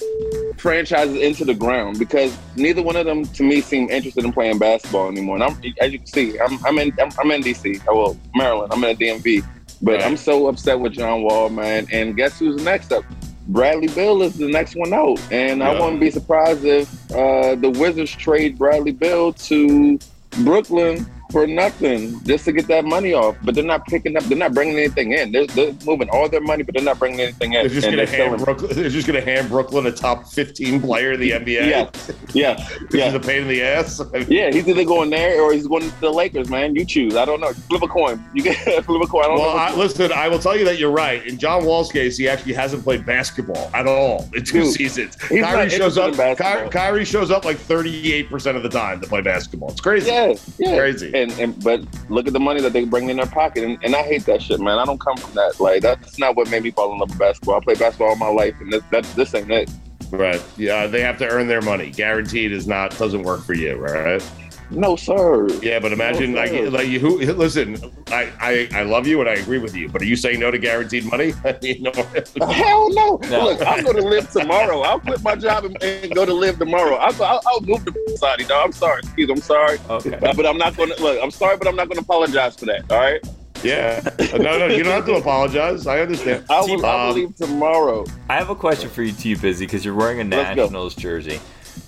Speaker 11: franchises into the ground because neither one of them to me seem interested in playing basketball anymore. And I'm as you can see, I'm I'm in I'm, I'm in DC. Oh well, Maryland. I'm in a DMV. But I'm so upset with John Wall, man. And guess who's next up? Bradley Bill is the next one out, and I
Speaker 2: Yeah.
Speaker 11: wouldn't be surprised if uh, the Wizards trade Bradley Bill to Brooklyn for nothing just to get that money off. But they're not picking up, they're not bringing anything in. They're, they're moving all their money, but they're not bringing anything in.
Speaker 2: They're just
Speaker 11: And
Speaker 2: going to
Speaker 11: they're
Speaker 2: hand
Speaker 11: selling-
Speaker 2: Brooklyn. They're just going to hand Brooklyn a top fifteen player in the NBA.
Speaker 11: Yeah, yeah,
Speaker 2: yeah. He's a pain in the ass.
Speaker 11: Yeah, he's either going there or he's going to the Lakers, man. You choose. I don't know. Flip a coin. You get flip a coin. I don't
Speaker 2: Well,
Speaker 11: know.
Speaker 2: I, listen, I will tell you that you're right. In John Wall's case, he actually hasn't played basketball at all in two
Speaker 11: Dude,
Speaker 2: seasons.
Speaker 11: he's not
Speaker 2: Kyrie shows
Speaker 11: interested
Speaker 2: up.
Speaker 11: in
Speaker 2: Ky- Kyrie shows up like 38 percent of the time to play basketball. It's crazy.
Speaker 11: Yeah, yeah,
Speaker 2: crazy.
Speaker 11: And and but look at the money that they bring in their pocket, and, and I hate that shit, man. I don't come from that. Like that's not what made me fall in love with basketball. I played basketball all my life, and that, that this ain't it.
Speaker 2: Right. Yeah, they have to earn their money. Guaranteed is not doesn't work for you, right?
Speaker 11: No, sir.
Speaker 2: Yeah, but imagine
Speaker 11: No,
Speaker 2: like
Speaker 11: sir.
Speaker 2: like you who listen, I, I I love you and I agree with you, but are you saying no to guaranteed money? you know,
Speaker 11: Hell no.
Speaker 2: No.
Speaker 11: Look, I'm going to live tomorrow. I'll quit my job and, and go to live tomorrow. I'll, I'll, I'll move to Saudi, dog. I'm sorry. Excuse me. I'm sorry.
Speaker 3: Okay.
Speaker 11: But, but I'm not going to, look, I'm sorry, but I'm not going to apologize for that. All right?
Speaker 2: Yeah. No, no, you don't have to apologize. I understand. I will,
Speaker 11: I will leave tomorrow.
Speaker 3: I have a question for you too, Busy, because you're wearing a
Speaker 11: Let's go.
Speaker 3: Nationals jersey.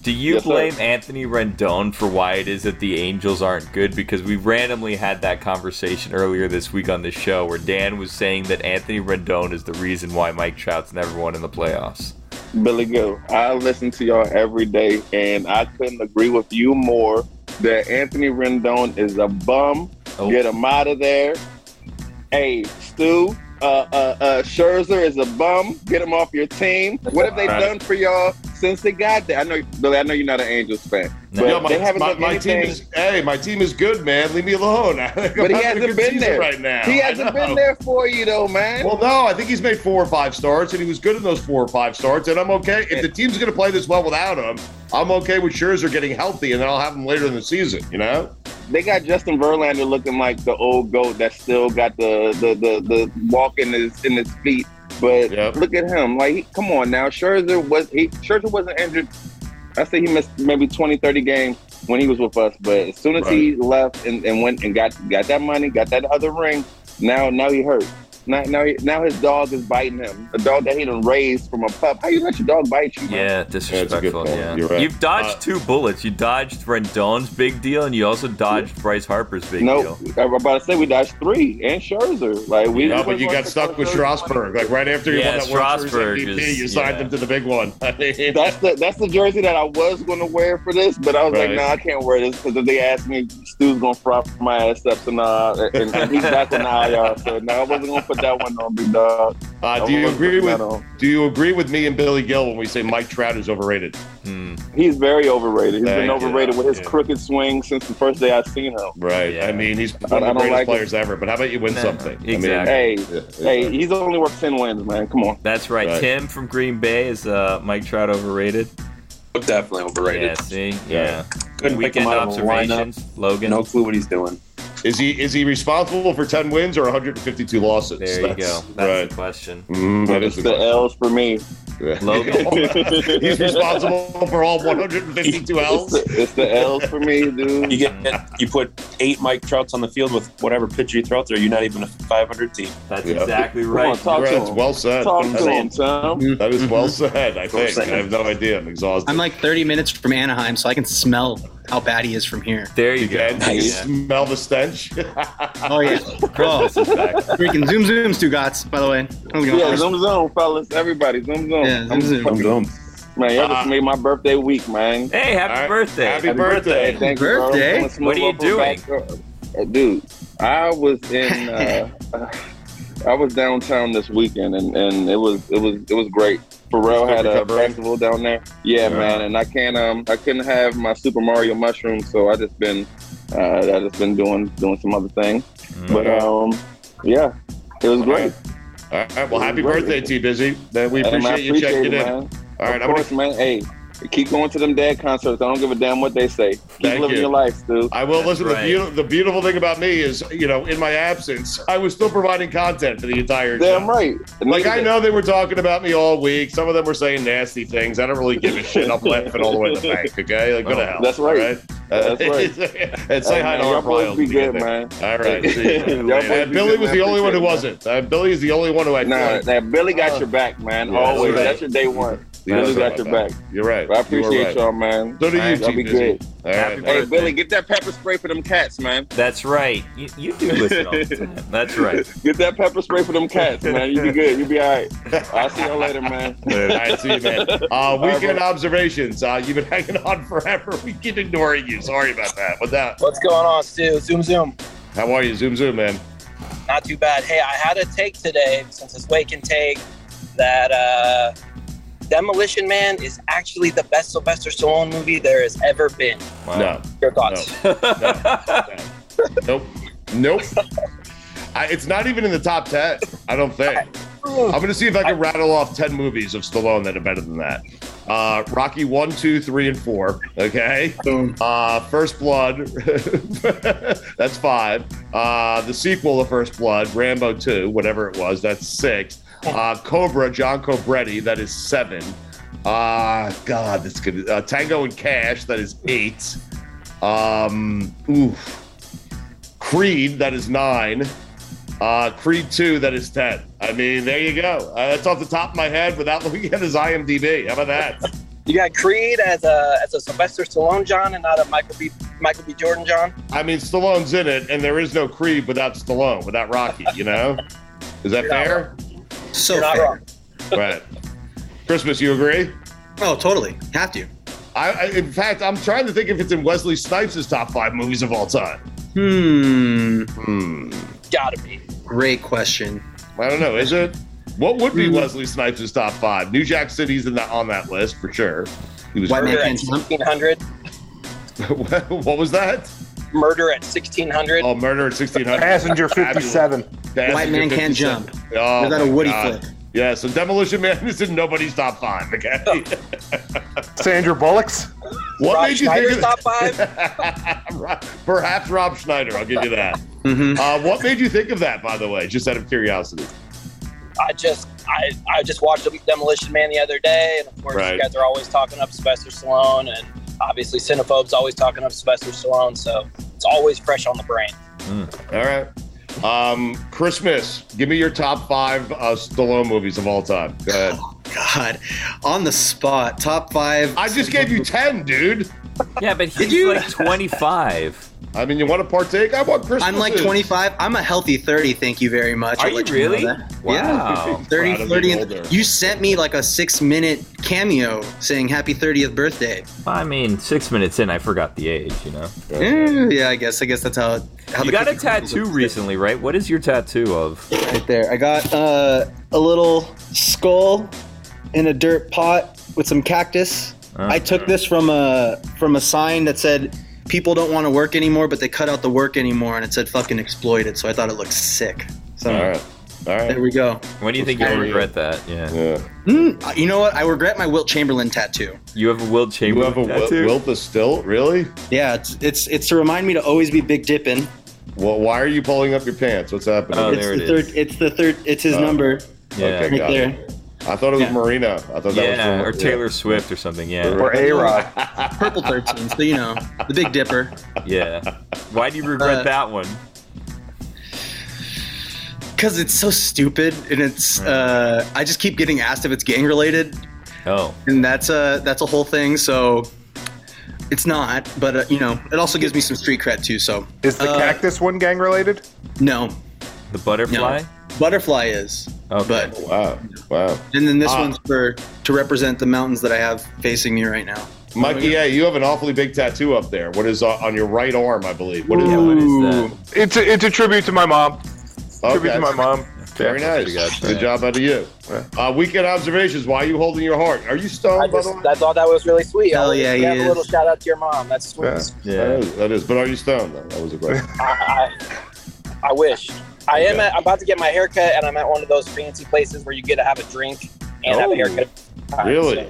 Speaker 3: Do you
Speaker 11: Yes, sir.
Speaker 3: blame Anthony Rendon for why it is that the Angels aren't good? Because we randomly had that conversation earlier this week on the show where Dan was saying that Anthony Rendon is the reason why Mike Trout's never won in the playoffs.
Speaker 11: Billy Gill, I listen to y'all every day, and I couldn't agree with you more that Anthony Rendon is a bum.
Speaker 2: Oh.
Speaker 11: Get him out of there. Hey, Stu, uh, uh, uh, Scherzer is a bum. Get him off your team. What have they
Speaker 2: Right.
Speaker 11: done for y'all since they got there? I know, Billy, I know you're not an Angels fan, but
Speaker 2: Yo, my,
Speaker 11: they haven't
Speaker 2: my-
Speaker 11: done
Speaker 2: my team
Speaker 11: anything.
Speaker 2: is hey, my team is good, man. Leave me alone.
Speaker 11: but he hasn't been there
Speaker 2: right now.
Speaker 11: He
Speaker 2: I
Speaker 11: hasn't
Speaker 2: know.
Speaker 11: been there for you though, man.
Speaker 2: Well, no, I think he's made four or five starts, and he was good in those four or five starts, and I'm okay. If the team's going to play this well without him, I'm okay with Scherzer getting healthy, and then I'll have him later in the season, you know?
Speaker 11: They got Justin Verlander looking like the old goat that still got the the the, the walk in his in his feet. But look at him. Like, he, come on now. Scherzer was he Scherzer wasn't injured. I say he missed maybe 20, 30 games when he was with us. But as soon as he left and, and went and got got that money, got that other ring, now now he hurt. Now now, he, now his dog is biting him. A dog that he done raised from a pup. How you let your dog bite you?
Speaker 3: Yeah, disrespectful.
Speaker 11: point.
Speaker 3: Yeah,
Speaker 11: You're right. Uh,
Speaker 3: have dodged two bullets. You dodged Rendon's big deal, and you also dodged Bryce Harper's big
Speaker 11: No,
Speaker 3: deal.
Speaker 11: I was about to say we dodged three and Scherzer. Like we.
Speaker 2: No, but you got stuck with Strasburg. Like right after you
Speaker 11: Yeah,
Speaker 2: won that World
Speaker 3: Strasburg
Speaker 2: Series MVP,
Speaker 3: is-
Speaker 2: you signed him to the big one. I mean,
Speaker 11: That's the that's the jersey that I was going to wear for this, but I was
Speaker 2: Right.
Speaker 11: like, no, nah, I can't wear this because if they asked me, Stu's going to fry my ass up, so nah, and, and he's back on the IR, so no, I wasn't going to put that one on, big dog.
Speaker 2: Uh, do you agree with Do you agree with me and Billy Gill when we say Mike Trout is overrated?
Speaker 11: He's very overrated. He's been
Speaker 2: Thank you.
Speaker 11: overrated with his
Speaker 2: Yeah.
Speaker 11: crooked swing since the first day I seen him.
Speaker 2: Right. I mean, he's
Speaker 11: I
Speaker 2: one of the
Speaker 11: don't
Speaker 2: greatest
Speaker 11: like it.
Speaker 2: players ever. But how about you win
Speaker 3: Nah,
Speaker 2: something?
Speaker 3: exactly.
Speaker 11: hey, hey, he's only worth ten wins, man. Come on.
Speaker 3: That's right.
Speaker 11: Right.
Speaker 3: Tim from Green Bay is uh, Mike Trout overrated.
Speaker 4: Definitely overrated.
Speaker 3: Yeah. See. Yeah.
Speaker 4: Couldn't pick him
Speaker 3: Weekend
Speaker 4: out of a lineup.
Speaker 3: observations. Logan.
Speaker 4: No clue what he's doing.
Speaker 2: Is he is he responsible for ten wins or 152 losses?
Speaker 3: There you go. That's the question.
Speaker 2: Mm, that is
Speaker 11: It's the L's for me.
Speaker 2: Logan. He's responsible for all 152 L's.
Speaker 11: It's the, it's the L's for me, dude.
Speaker 4: You get you put eight Mike Trouts on the field with whatever pitch you throw out there. You're not even a 500 team.
Speaker 3: That's
Speaker 2: Yeah. exactly Come right. on, talk to That's him. well said. Talk to him,
Speaker 4: Tom.
Speaker 2: That is well said. I
Speaker 4: Well
Speaker 2: think
Speaker 4: said.
Speaker 2: I have no idea. I'm exhausted.
Speaker 12: I'm like 30 minutes from Anaheim, so I can smell how bad he is from here.
Speaker 3: There you
Speaker 2: Again, do you
Speaker 12: Nice.
Speaker 2: smell the stench?
Speaker 12: Oh yeah. Whoa.
Speaker 3: Christmas is back.
Speaker 12: Freaking zoom zoom, Stugats. By the way, How's it going?
Speaker 11: Yeah, zoom zoom, fellas. Everybody, zoom zoom.
Speaker 12: Yeah, zoom,
Speaker 11: I'm
Speaker 12: zoom.
Speaker 11: fucking-
Speaker 12: Zoom,
Speaker 11: Man, y'all
Speaker 12: Uh-uh.
Speaker 2: Uh,
Speaker 11: just made my birthday week, man.
Speaker 3: Hey, happy
Speaker 11: All right.
Speaker 3: birthday. Happy birthday.
Speaker 11: Hey, Thank you, bro.
Speaker 3: Birthday?
Speaker 11: Someone smooth
Speaker 3: What are you
Speaker 11: up from back up. Uh, Dude, I was in. Uh, I was downtown this weekend, and, and it was it was it was great. Pharrell
Speaker 2: Still
Speaker 11: had a
Speaker 2: recovering?
Speaker 11: festival down there.
Speaker 2: Yeah.
Speaker 11: Yeah, man, and I can't um I couldn't have my Super Mario mushroom, so I just been uh, I just been doing doing some other thing,
Speaker 2: Mm-hmm.
Speaker 11: but um yeah, it was great.
Speaker 2: All right. Well, happy birthday, T Busy. That we
Speaker 11: And I
Speaker 2: appreciate you checking
Speaker 11: it,
Speaker 2: in.
Speaker 11: man.
Speaker 2: All right.
Speaker 11: Of
Speaker 2: I'm
Speaker 11: course,
Speaker 2: gonna,
Speaker 11: man. Hey, keep going to them dad concerts. I don't give a damn what they say. Keep
Speaker 2: Thank
Speaker 11: living
Speaker 2: you.
Speaker 11: your life, dude.
Speaker 2: I will listen. The, beautiful, the beautiful thing about me is, you know, in my absence, I was still providing content for the entire.
Speaker 11: Damn
Speaker 2: show.
Speaker 11: right.
Speaker 2: Like
Speaker 11: Neither
Speaker 2: I
Speaker 11: did-
Speaker 2: know they were talking about me all week. Some of them were saying nasty things. I don't really give a shit. I'm laughing all the way to the bank. Okay, like go to hell.
Speaker 11: Oh, That's
Speaker 2: all
Speaker 11: right. That's
Speaker 2: right. and say
Speaker 11: Hey,
Speaker 2: hi
Speaker 11: man,
Speaker 2: to
Speaker 11: y'all
Speaker 2: our
Speaker 11: boys
Speaker 2: Royals.
Speaker 11: be
Speaker 2: when you get
Speaker 11: good,
Speaker 2: there.
Speaker 11: man.
Speaker 2: All right. see you.
Speaker 11: Y'all boys
Speaker 2: Uh,
Speaker 11: be
Speaker 2: Billy
Speaker 11: good,
Speaker 2: was
Speaker 11: man.
Speaker 2: the only one who
Speaker 11: Appreciate
Speaker 2: wasn't. Uh, Billy is the only one who I.
Speaker 11: Nah,
Speaker 2: feel like- uh,
Speaker 11: nah, Billy got your back, man.
Speaker 2: Yeah,
Speaker 11: Always.
Speaker 2: that's right.
Speaker 11: That's your day one.
Speaker 2: Yeah,
Speaker 11: Billy
Speaker 2: that's
Speaker 11: got your
Speaker 2: right.
Speaker 11: back.
Speaker 2: You're right.
Speaker 11: I
Speaker 2: You are
Speaker 11: appreciate
Speaker 2: right.
Speaker 11: y'all, man.
Speaker 2: So do you,
Speaker 11: All right, Y'all
Speaker 2: Team
Speaker 11: be
Speaker 2: Busy.
Speaker 11: good.
Speaker 2: All right.
Speaker 11: Hey, Billy, get that pepper spray for them cats, man.
Speaker 3: That's right. You, you do listen all the time. That's right.
Speaker 11: Get that pepper spray for them cats, man. You be good. You be all right. I'll see y'all later, man.
Speaker 2: All right, see you, man. Uh,
Speaker 11: All right,
Speaker 2: weekend
Speaker 11: bro.
Speaker 2: observations. Uh, you've been hanging on forever. We keep ignoring you. Sorry about that. What's that?
Speaker 13: What's going on, Stu? Zoom, zoom.
Speaker 2: How are you? Zoom, zoom, man.
Speaker 13: Not too bad. Hey, I had a take today since it's wake and take that uh, Demolition Man is actually the best Sylvester Stallone movie there has ever been.
Speaker 2: No.
Speaker 13: Your thoughts?
Speaker 2: Nope. Nope. I, it's not even in the top 10, I don't think. I'm going to see if I can rattle off 10 movies of Stallone that are better than that. Uh, Rocky 1, 2, 3, and 4. Okay. Uh, First Blood. that's five. Uh, the sequel of First Blood, Rambo 2, whatever it was. That's six. Uh, Cobra, John Cobretti. That is seven. Uh, God, that's good. Uh, Tango and Cash. That is eight. Um, oof. Creed, that is nine. Uh, Creed 2, that is 10. I mean, there you go. Uh, that's off the top of my head without looking at his IMDb. How about that?
Speaker 13: You got Creed as a as a Sylvester Stallone John and not a Michael B. Michael B. Jordan John.
Speaker 2: I mean, Stallone's in it, and there is no Creed without Stallone, without Rocky, you know? Is that
Speaker 13: You're not
Speaker 2: fair?
Speaker 13: So You're not fair. wrong.
Speaker 2: Right. Christmas, you agree? Oh, totally. Have to. I, I, in fact, I'm trying to think if it's in Wesley Snipes' top five movies of all time.
Speaker 12: Hmm.
Speaker 2: Hmm.
Speaker 13: Gotta be.
Speaker 12: Great question.
Speaker 2: I don't know. Is it? What would
Speaker 13: Hmm.
Speaker 2: be Wesley Snipes' top five? New Jack City's in that on that list for sure. He was
Speaker 13: White Man Can't Jump.
Speaker 2: 1600. what was that?
Speaker 13: Murder at 1600.
Speaker 2: Oh, murder at 1600.
Speaker 7: Passenger 57.
Speaker 2: Passenger
Speaker 13: White Man
Speaker 2: 57.
Speaker 13: Can't Jump.
Speaker 2: Oh,
Speaker 13: Without
Speaker 2: my
Speaker 13: a Woody
Speaker 2: God.
Speaker 13: flick.
Speaker 2: Yeah, so Demolition Man is in nobody's top five. Okay.
Speaker 13: Oh.
Speaker 7: Sandra Bullock's.
Speaker 2: what
Speaker 7: Rob
Speaker 2: made you think
Speaker 7: Schneider's
Speaker 2: of
Speaker 7: top
Speaker 2: five? Perhaps Rob Schneider. I'll give you that. Uh, what made you think of that, by the way? Just out of curiosity.
Speaker 13: I just I, I just watched Demolition Man the other day, and of course
Speaker 2: Right.
Speaker 13: you guys are always talking up Sylvester Stallone, and obviously Cinephobes always talking up Sylvester Stallone, so it's always fresh on the brain.
Speaker 2: All right. Um, Christmas. Give me your top five uh, Stallone movies of all time. Go ahead.
Speaker 12: God, on the spot, top five.
Speaker 2: I just gave you ten, dude.
Speaker 3: Yeah, but he's like 25.
Speaker 2: I mean, you want to partake? I want Christmas.
Speaker 12: I'm like 25. I'm a healthy 30. Thank you very much.
Speaker 3: Are
Speaker 12: I'll
Speaker 3: you
Speaker 12: let
Speaker 3: really?
Speaker 12: know that.
Speaker 3: Wow.
Speaker 12: Yeah. 30,
Speaker 3: Proud of
Speaker 12: 30.
Speaker 3: being
Speaker 12: and-
Speaker 3: older.
Speaker 12: you sent me like a six minute cameo saying happy 30th birthday.
Speaker 3: I mean, six minutes in, I forgot the age, you know?
Speaker 12: Eh, Yeah, I guess. I guess that's how. how the
Speaker 3: you got a
Speaker 12: cookie crumbles.
Speaker 3: tattoo recently, right? What is your tattoo of?
Speaker 12: Right there. I got uh, a little skull in a dirt pot with some cactus.
Speaker 3: Oh,
Speaker 12: I took
Speaker 3: okay.
Speaker 12: this from a from a sign that said people don't want to work anymore, but they cut out the work anymore, and it said fucking exploited. So I thought it looked sick. So
Speaker 3: All right. All right.
Speaker 12: there we go.
Speaker 3: When do you think you'll regret that? Yeah.
Speaker 12: Mm, uh, you know what? I regret my Wilt Chamberlain tattoo.
Speaker 3: You have a Will
Speaker 2: You
Speaker 3: Chamberlain
Speaker 2: have a Wil-
Speaker 3: tattoo?
Speaker 2: Wilt the Stilt, really?
Speaker 12: Yeah, it's it's it's to remind me to always be Big Dippin'.
Speaker 2: Well, why are you pulling up your pants? What's happening?
Speaker 3: Oh,
Speaker 12: it's
Speaker 3: there
Speaker 12: the
Speaker 3: it
Speaker 12: third.
Speaker 3: is.
Speaker 12: It's the third. It's his
Speaker 2: Oh.
Speaker 12: number.
Speaker 3: Yeah.
Speaker 2: Okay,
Speaker 12: right
Speaker 2: got
Speaker 12: there.
Speaker 2: it. I thought it was Marino. I thought that
Speaker 3: Yeah, or
Speaker 2: was
Speaker 3: Taylor Swift or something. Yeah.
Speaker 2: Or
Speaker 12: A-Rod. Purple thirteen. So you know the Big Dipper.
Speaker 3: Yeah. Why do you regret
Speaker 12: Uh,
Speaker 3: that one?
Speaker 12: Because it's so stupid, and it's uh, I just keep getting asked if it's gang related.
Speaker 3: Oh.
Speaker 12: And that's a that's a whole thing. So it's not, but uh, you know, it also gives me some street cred too. So
Speaker 7: Is the
Speaker 12: Uh,
Speaker 7: cactus one gang related?
Speaker 12: No,
Speaker 3: The
Speaker 12: no.
Speaker 3: butterfly?
Speaker 12: Butterfly is.
Speaker 3: Okay.
Speaker 12: But
Speaker 2: Oh, wow, wow.
Speaker 12: And then this
Speaker 2: Ah.
Speaker 12: one's for to represent the mountains that I have facing me right now.
Speaker 2: Mikey, yeah, you have an awfully big tattoo up there. What is uh, on your right arm, I believe? What is
Speaker 7: Yeah,
Speaker 3: what is
Speaker 7: that? It's a, it's a tribute to my mom. Tribute
Speaker 2: Okay.
Speaker 7: to my mom.
Speaker 2: Very
Speaker 7: Yeah.
Speaker 2: nice. Good job out of you. Uh, weekend observations. Why are you holding your heart? Are you stoned?
Speaker 13: I
Speaker 2: by
Speaker 13: just
Speaker 2: the way?
Speaker 13: I thought that was really sweet.
Speaker 12: Hell
Speaker 13: I wanted
Speaker 12: yeah,
Speaker 13: to
Speaker 12: he
Speaker 13: give
Speaker 12: is.
Speaker 13: a little shout out to your mom. That's sweet.
Speaker 2: That is, that is. But are you stoned though? That was a question.
Speaker 13: I, I, I wish. I am.
Speaker 2: Okay.
Speaker 13: At, I'm about to get my haircut, and I'm at one of those fancy places where you get to have a drink and have
Speaker 2: Oh,
Speaker 13: a haircut.
Speaker 2: really?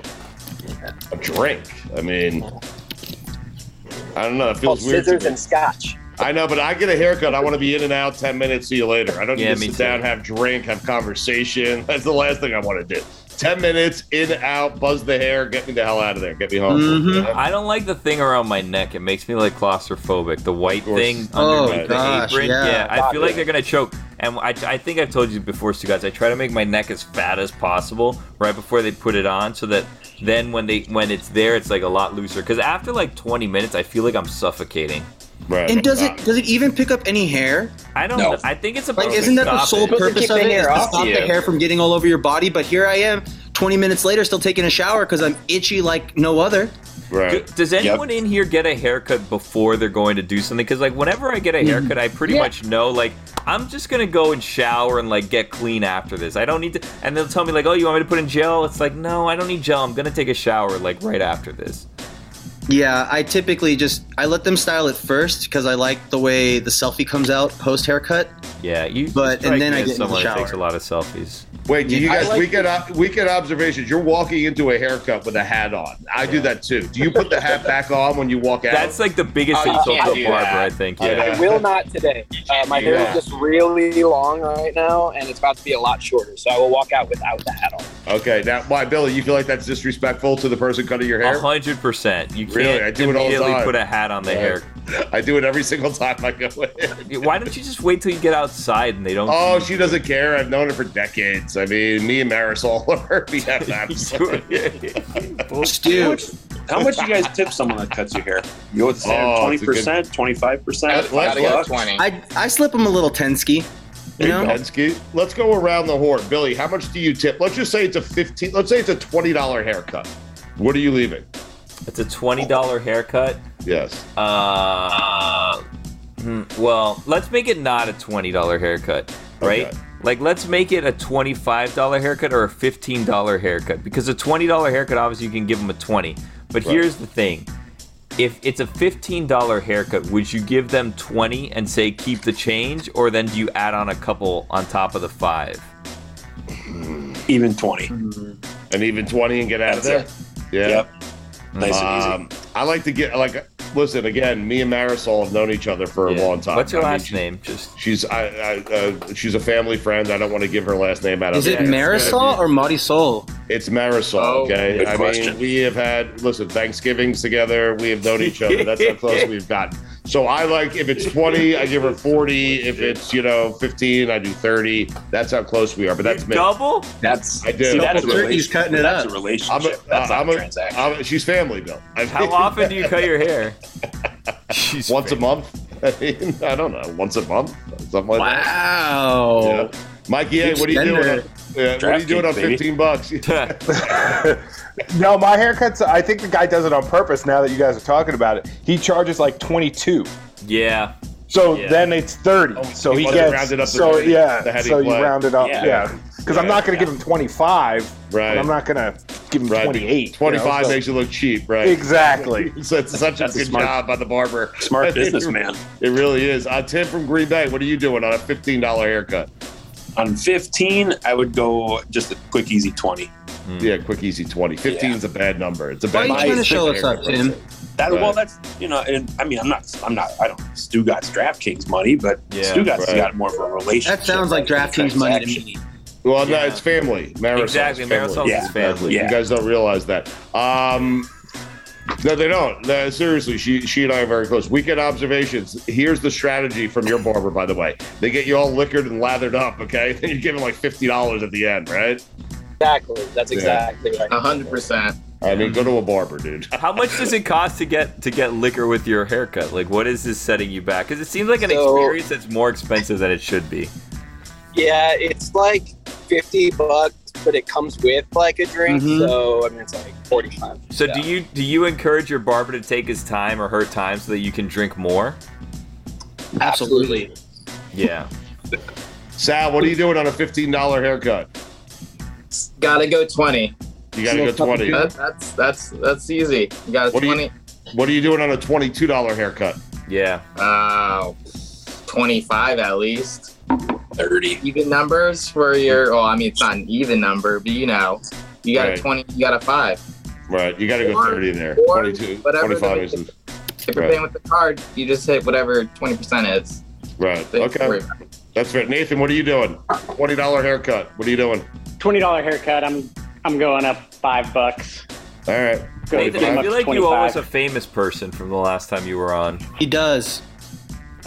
Speaker 2: A drink. I mean, I don't know. It
Speaker 13: Called
Speaker 2: feels weird. to
Speaker 13: Oh, scissors
Speaker 2: me.
Speaker 13: and scotch.
Speaker 2: I know, but I get a haircut. I want to be in and out ten minutes. See you later. I don't need
Speaker 3: Yeah,
Speaker 2: to
Speaker 3: me
Speaker 2: sit
Speaker 3: too.
Speaker 2: down, have drink, have conversation. That's the last thing I want to do. Ten minutes in, out, buzz the hair, get me the hell out of there, get me home.
Speaker 12: Mm-hmm.
Speaker 3: Mm-hmm. I don't like the thing around my neck. It makes me like claustrophobic. The white thing
Speaker 12: Oh,
Speaker 3: underneath the
Speaker 12: gosh,
Speaker 3: apron.
Speaker 12: yeah.
Speaker 3: I feel like they're gonna choke. And I, I think I've told you before, Stu guys. I try to make my neck as fat as possible right before they put it on, so that then when they when it's there, it's like a lot looser. Because after like 20 minutes, I feel like I'm suffocating.
Speaker 2: Right.
Speaker 12: And does it does it even pick up any hair?
Speaker 3: I don't. know. I think it's supposed
Speaker 12: Like,
Speaker 3: to
Speaker 12: isn't that the
Speaker 3: stop
Speaker 12: sole
Speaker 3: it.
Speaker 12: purpose of it? Is to stop the hair from getting all over your body. But here I am, 20 minutes later, still taking a shower because I'm itchy like no other.
Speaker 2: Right.
Speaker 3: Do- Does anyone in here get a haircut before they're going to do something? Because like whenever I get a haircut, I pretty
Speaker 12: Yeah.
Speaker 3: much know like I'm just gonna go and shower and like get clean after this. I don't need to. And they'll tell me like, oh, you want me to put in gel? It's like no, I don't need gel. I'm gonna take a shower like right after this.
Speaker 12: Yeah, I typically just I let them style it first because I like the way the selfie comes out post haircut.
Speaker 3: Yeah, you.
Speaker 12: But
Speaker 3: strike
Speaker 12: and then
Speaker 3: me
Speaker 12: I
Speaker 3: as
Speaker 12: get in the
Speaker 3: someone that
Speaker 12: shower.
Speaker 3: takes a lot of selfies.
Speaker 2: Wait, do you
Speaker 11: I
Speaker 2: guys
Speaker 11: like
Speaker 2: weekend o- weekend observations? You're walking into a haircut with a hat on. I do that too. Do you put the hat back on when you walk out?
Speaker 3: That's like the
Speaker 13: Oh,
Speaker 3: biggest insult to a barber, I think. Yeah.
Speaker 2: I
Speaker 3: I
Speaker 2: know.
Speaker 13: Will not today. Uh, my hair
Speaker 3: Yeah.
Speaker 13: is just really long right now, and it's about to be a lot shorter. So I will walk out without the hat on.
Speaker 2: Okay, now why, Billy? You feel like that's disrespectful to the person cutting your hair?
Speaker 3: hundred percent. You can't
Speaker 2: Really, I do it all the
Speaker 3: immediately
Speaker 2: time.
Speaker 3: put a hat on the
Speaker 2: Yeah.
Speaker 3: hair.
Speaker 2: I do it every single time I go in.
Speaker 3: Why don't you just wait till you get outside and they don't?
Speaker 2: Oh, she doesn't care. I've known her for decades. I mean, me and Marisol are we have apps.
Speaker 4: How much you guys tip someone that cuts your hair? You go with
Speaker 2: Oh, it's a
Speaker 4: twenty percent, twenty five percent.
Speaker 12: I, I slip him a little tensky. You
Speaker 2: Hey,
Speaker 12: know?
Speaker 2: Bensky, let's go around the horn. Billy, how much do you tip? Let's just say it's a fifteen. Let's say it's a twenty dollar haircut. What are you leaving?
Speaker 3: It's a twenty dollar haircut.
Speaker 2: Yes.
Speaker 3: Uh, hmm, well, let's make it not a twenty dollar haircut, right? Like, let's make it a twenty-five dollar haircut or a fifteen dollar haircut because a twenty dollar haircut, obviously, you can give them a twenty. But
Speaker 2: Right.
Speaker 3: here's the thing: if it's a fifteen dollar haircut, would you give them twenty and say keep the change, or then do you add on a couple on top of the five?
Speaker 4: Even twenty.
Speaker 2: Hmm. An even twenty and get out
Speaker 4: That's
Speaker 2: of there. Yeah.
Speaker 4: Nice and easy.
Speaker 2: Um, I like to get like. Listen again. Me and Marisol have known each other for a long time.
Speaker 3: What's your
Speaker 2: I mean,
Speaker 3: last
Speaker 2: she's-
Speaker 3: name? Just
Speaker 2: She's I, I uh, she's a family friend. I don't want to give her last name out.
Speaker 12: Is
Speaker 2: of
Speaker 12: it Marisol or Marisol?
Speaker 2: It's Marisol.
Speaker 12: Oh,
Speaker 2: okay,
Speaker 12: good
Speaker 2: I
Speaker 12: question.
Speaker 2: mean we have had listen Thanksgivings together. We have known each other. That's how close we've gotten. So I like if it's twenty, I give her forty. If it's you know fifteen, I do thirty. That's how close we are. But that's me.
Speaker 3: double.
Speaker 4: That's
Speaker 2: I do.
Speaker 4: See, that's
Speaker 2: Double
Speaker 4: a
Speaker 2: turkey's
Speaker 4: relationship.
Speaker 2: cutting it up.
Speaker 4: that's a
Speaker 2: I'm a,
Speaker 4: relationship. that's not
Speaker 2: I'm
Speaker 4: a,
Speaker 2: a,
Speaker 4: transaction.
Speaker 2: I'm a, she's family though. I mean-
Speaker 3: How often do you cut your hair?
Speaker 2: once a month. I mean, I don't know, once a month, something like that.
Speaker 12: Wow.
Speaker 2: Yeah. Mikey, hey, what are you doing?
Speaker 12: Extender.
Speaker 2: On, yeah, what are you doing on
Speaker 7: DraftKings, baby.
Speaker 2: fifteen bucks?
Speaker 7: No, my haircuts. I think the guy does it on purpose. Now that you guys are talking about it, he charges like twenty two.
Speaker 3: Yeah.
Speaker 7: So
Speaker 3: Yeah.
Speaker 7: then it's thirty.
Speaker 2: Oh,
Speaker 7: so
Speaker 3: he
Speaker 7: he
Speaker 3: wanted to
Speaker 7: gets
Speaker 3: round it up to
Speaker 7: so
Speaker 3: 30,
Speaker 7: yeah.
Speaker 3: the heady
Speaker 7: so you
Speaker 3: play.
Speaker 7: round it up,
Speaker 3: Yeah.
Speaker 7: yeah. Because I'm
Speaker 3: Yeah.
Speaker 7: not going to give him twenty five.
Speaker 2: Right.
Speaker 7: I'm not going to give him
Speaker 2: Right,
Speaker 7: twenty eight.
Speaker 2: Twenty five makes you look cheap, right?
Speaker 7: Exactly.
Speaker 2: so it's such
Speaker 7: That's
Speaker 2: a
Speaker 7: a
Speaker 2: good
Speaker 7: smart-
Speaker 2: job by the barber.
Speaker 4: smart businessman.
Speaker 2: It really is. Uh, Tim from Green Bay, what are you doing on a fifteen dollar haircut?
Speaker 4: On fifteen, I would go just a quick, easy twenty.
Speaker 2: Hmm. Yeah, quick, easy twenty. Fifteen is a bad number. It's a
Speaker 4: Why
Speaker 2: bad.
Speaker 4: are you trying to show us
Speaker 2: haircut.
Speaker 4: up, Tim? That
Speaker 2: Right.
Speaker 4: well, that's you know, and I mean, I'm not, I'm not, I don't. Stu got DraftKings money, but
Speaker 2: Yeah,
Speaker 4: Stu got
Speaker 2: right.
Speaker 4: got more of a relationship.
Speaker 12: That sounds like DraftKings money to me.
Speaker 2: Well, no,
Speaker 4: Yeah.
Speaker 2: it's family. Marisol's
Speaker 4: Exactly,
Speaker 2: family.
Speaker 4: Marisol's Yeah. family.
Speaker 2: Exactly.
Speaker 4: Yeah.
Speaker 2: You guys don't realize that. Um, no, they don't. No, seriously, she she and I are very close. Weekend observations. Here's the strategy from your barber, by the way. They get you all liquored and lathered up, okay? Then you give them like fifty dollars at the end, right?
Speaker 13: Exactly. That's
Speaker 2: Yeah.
Speaker 13: exactly right.
Speaker 3: hundred percent.
Speaker 2: I mean, go to a barber, dude.
Speaker 3: How much does it cost to get to get liquor with your haircut? Like, what is this setting you back? Because it seems like an experience that's more expensive than it should be.
Speaker 13: Yeah, it's like fifty bucks, but it comes with like a drink.
Speaker 3: Mhm.
Speaker 13: So I mean, it's like forty-five.
Speaker 3: So, do you do you encourage your barber to take his time or her time so that you can drink more?
Speaker 12: Absolutely.
Speaker 3: Yeah.
Speaker 2: Sal, what are you doing on a fifteen dollar haircut?
Speaker 14: Gotta go twenty.
Speaker 2: You gotta go twenty.
Speaker 14: That, that's that's that's easy. You got
Speaker 2: What are
Speaker 14: Uh, twenty.
Speaker 2: you What are you doing on a twenty two dollar haircut?
Speaker 3: Yeah.
Speaker 14: Uh, twenty-five at least.
Speaker 4: Thirty.
Speaker 14: Even numbers for your. Oh, I mean it's not an even number, but you know, you got
Speaker 2: Right.
Speaker 14: a twenty. You got a five.
Speaker 2: Right, you gotta go
Speaker 14: Or-
Speaker 2: thirty in there.
Speaker 14: or
Speaker 2: 22,
Speaker 14: whatever
Speaker 2: 25
Speaker 14: the-
Speaker 2: isn't.
Speaker 14: If you're
Speaker 2: Right.
Speaker 14: paying with the card, you just hit whatever twenty percent is.
Speaker 2: Right.
Speaker 14: They-
Speaker 2: Okay. That's right. Nathan, what are you doing? Twenty dollar haircut. What are you doing?
Speaker 15: Twenty dollar haircut. I'm I'm going up five bucks.
Speaker 2: All right.
Speaker 15: Go
Speaker 3: Nathan,
Speaker 15: pretty
Speaker 3: I
Speaker 15: much
Speaker 3: feel like you
Speaker 15: 25.
Speaker 3: owe us a famous person from the last time you were on.
Speaker 12: He does.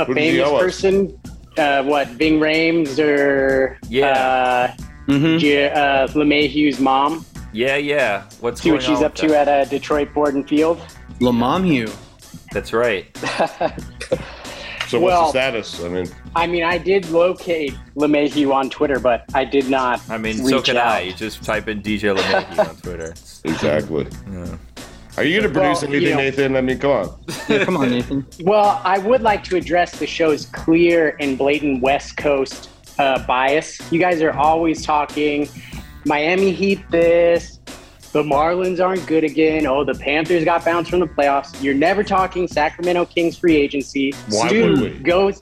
Speaker 15: A
Speaker 3: Who does he
Speaker 15: famous
Speaker 3: owe us?
Speaker 15: person. Uh, what? Bing Rames or
Speaker 3: yeah, Mm-hmm.
Speaker 15: uh, J- uh, LeMahieu's mom.
Speaker 3: Yeah, yeah. What's
Speaker 15: See
Speaker 3: going
Speaker 15: what she's
Speaker 3: on
Speaker 15: up
Speaker 3: with
Speaker 15: to
Speaker 3: that?
Speaker 15: at uh, Detroit Borden Field.
Speaker 12: LaMomHugh.
Speaker 3: That's right.
Speaker 2: So
Speaker 15: Well-
Speaker 2: what's the status? I mean,
Speaker 15: I mean, I did locate LeMahieu on Twitter, but I did not.
Speaker 3: I mean, so
Speaker 15: reach
Speaker 3: could
Speaker 15: out.
Speaker 3: I. You just type in DJ LeMahieu on Twitter.
Speaker 2: exactly. Are you gonna
Speaker 15: Well,
Speaker 2: produce anything,
Speaker 15: you know-
Speaker 2: Nathan? I mean, come on.
Speaker 12: come on, Nathan.
Speaker 15: Well, I would like to address the show's clear and blatant West Coast uh, bias. You guys are always talking Miami Heat this, the Marlins aren't good again. Oh, the Panthers got bounced from the playoffs. You're never talking Sacramento Kings free agency.
Speaker 2: Why
Speaker 15: Stu
Speaker 2: would we?
Speaker 15: goes.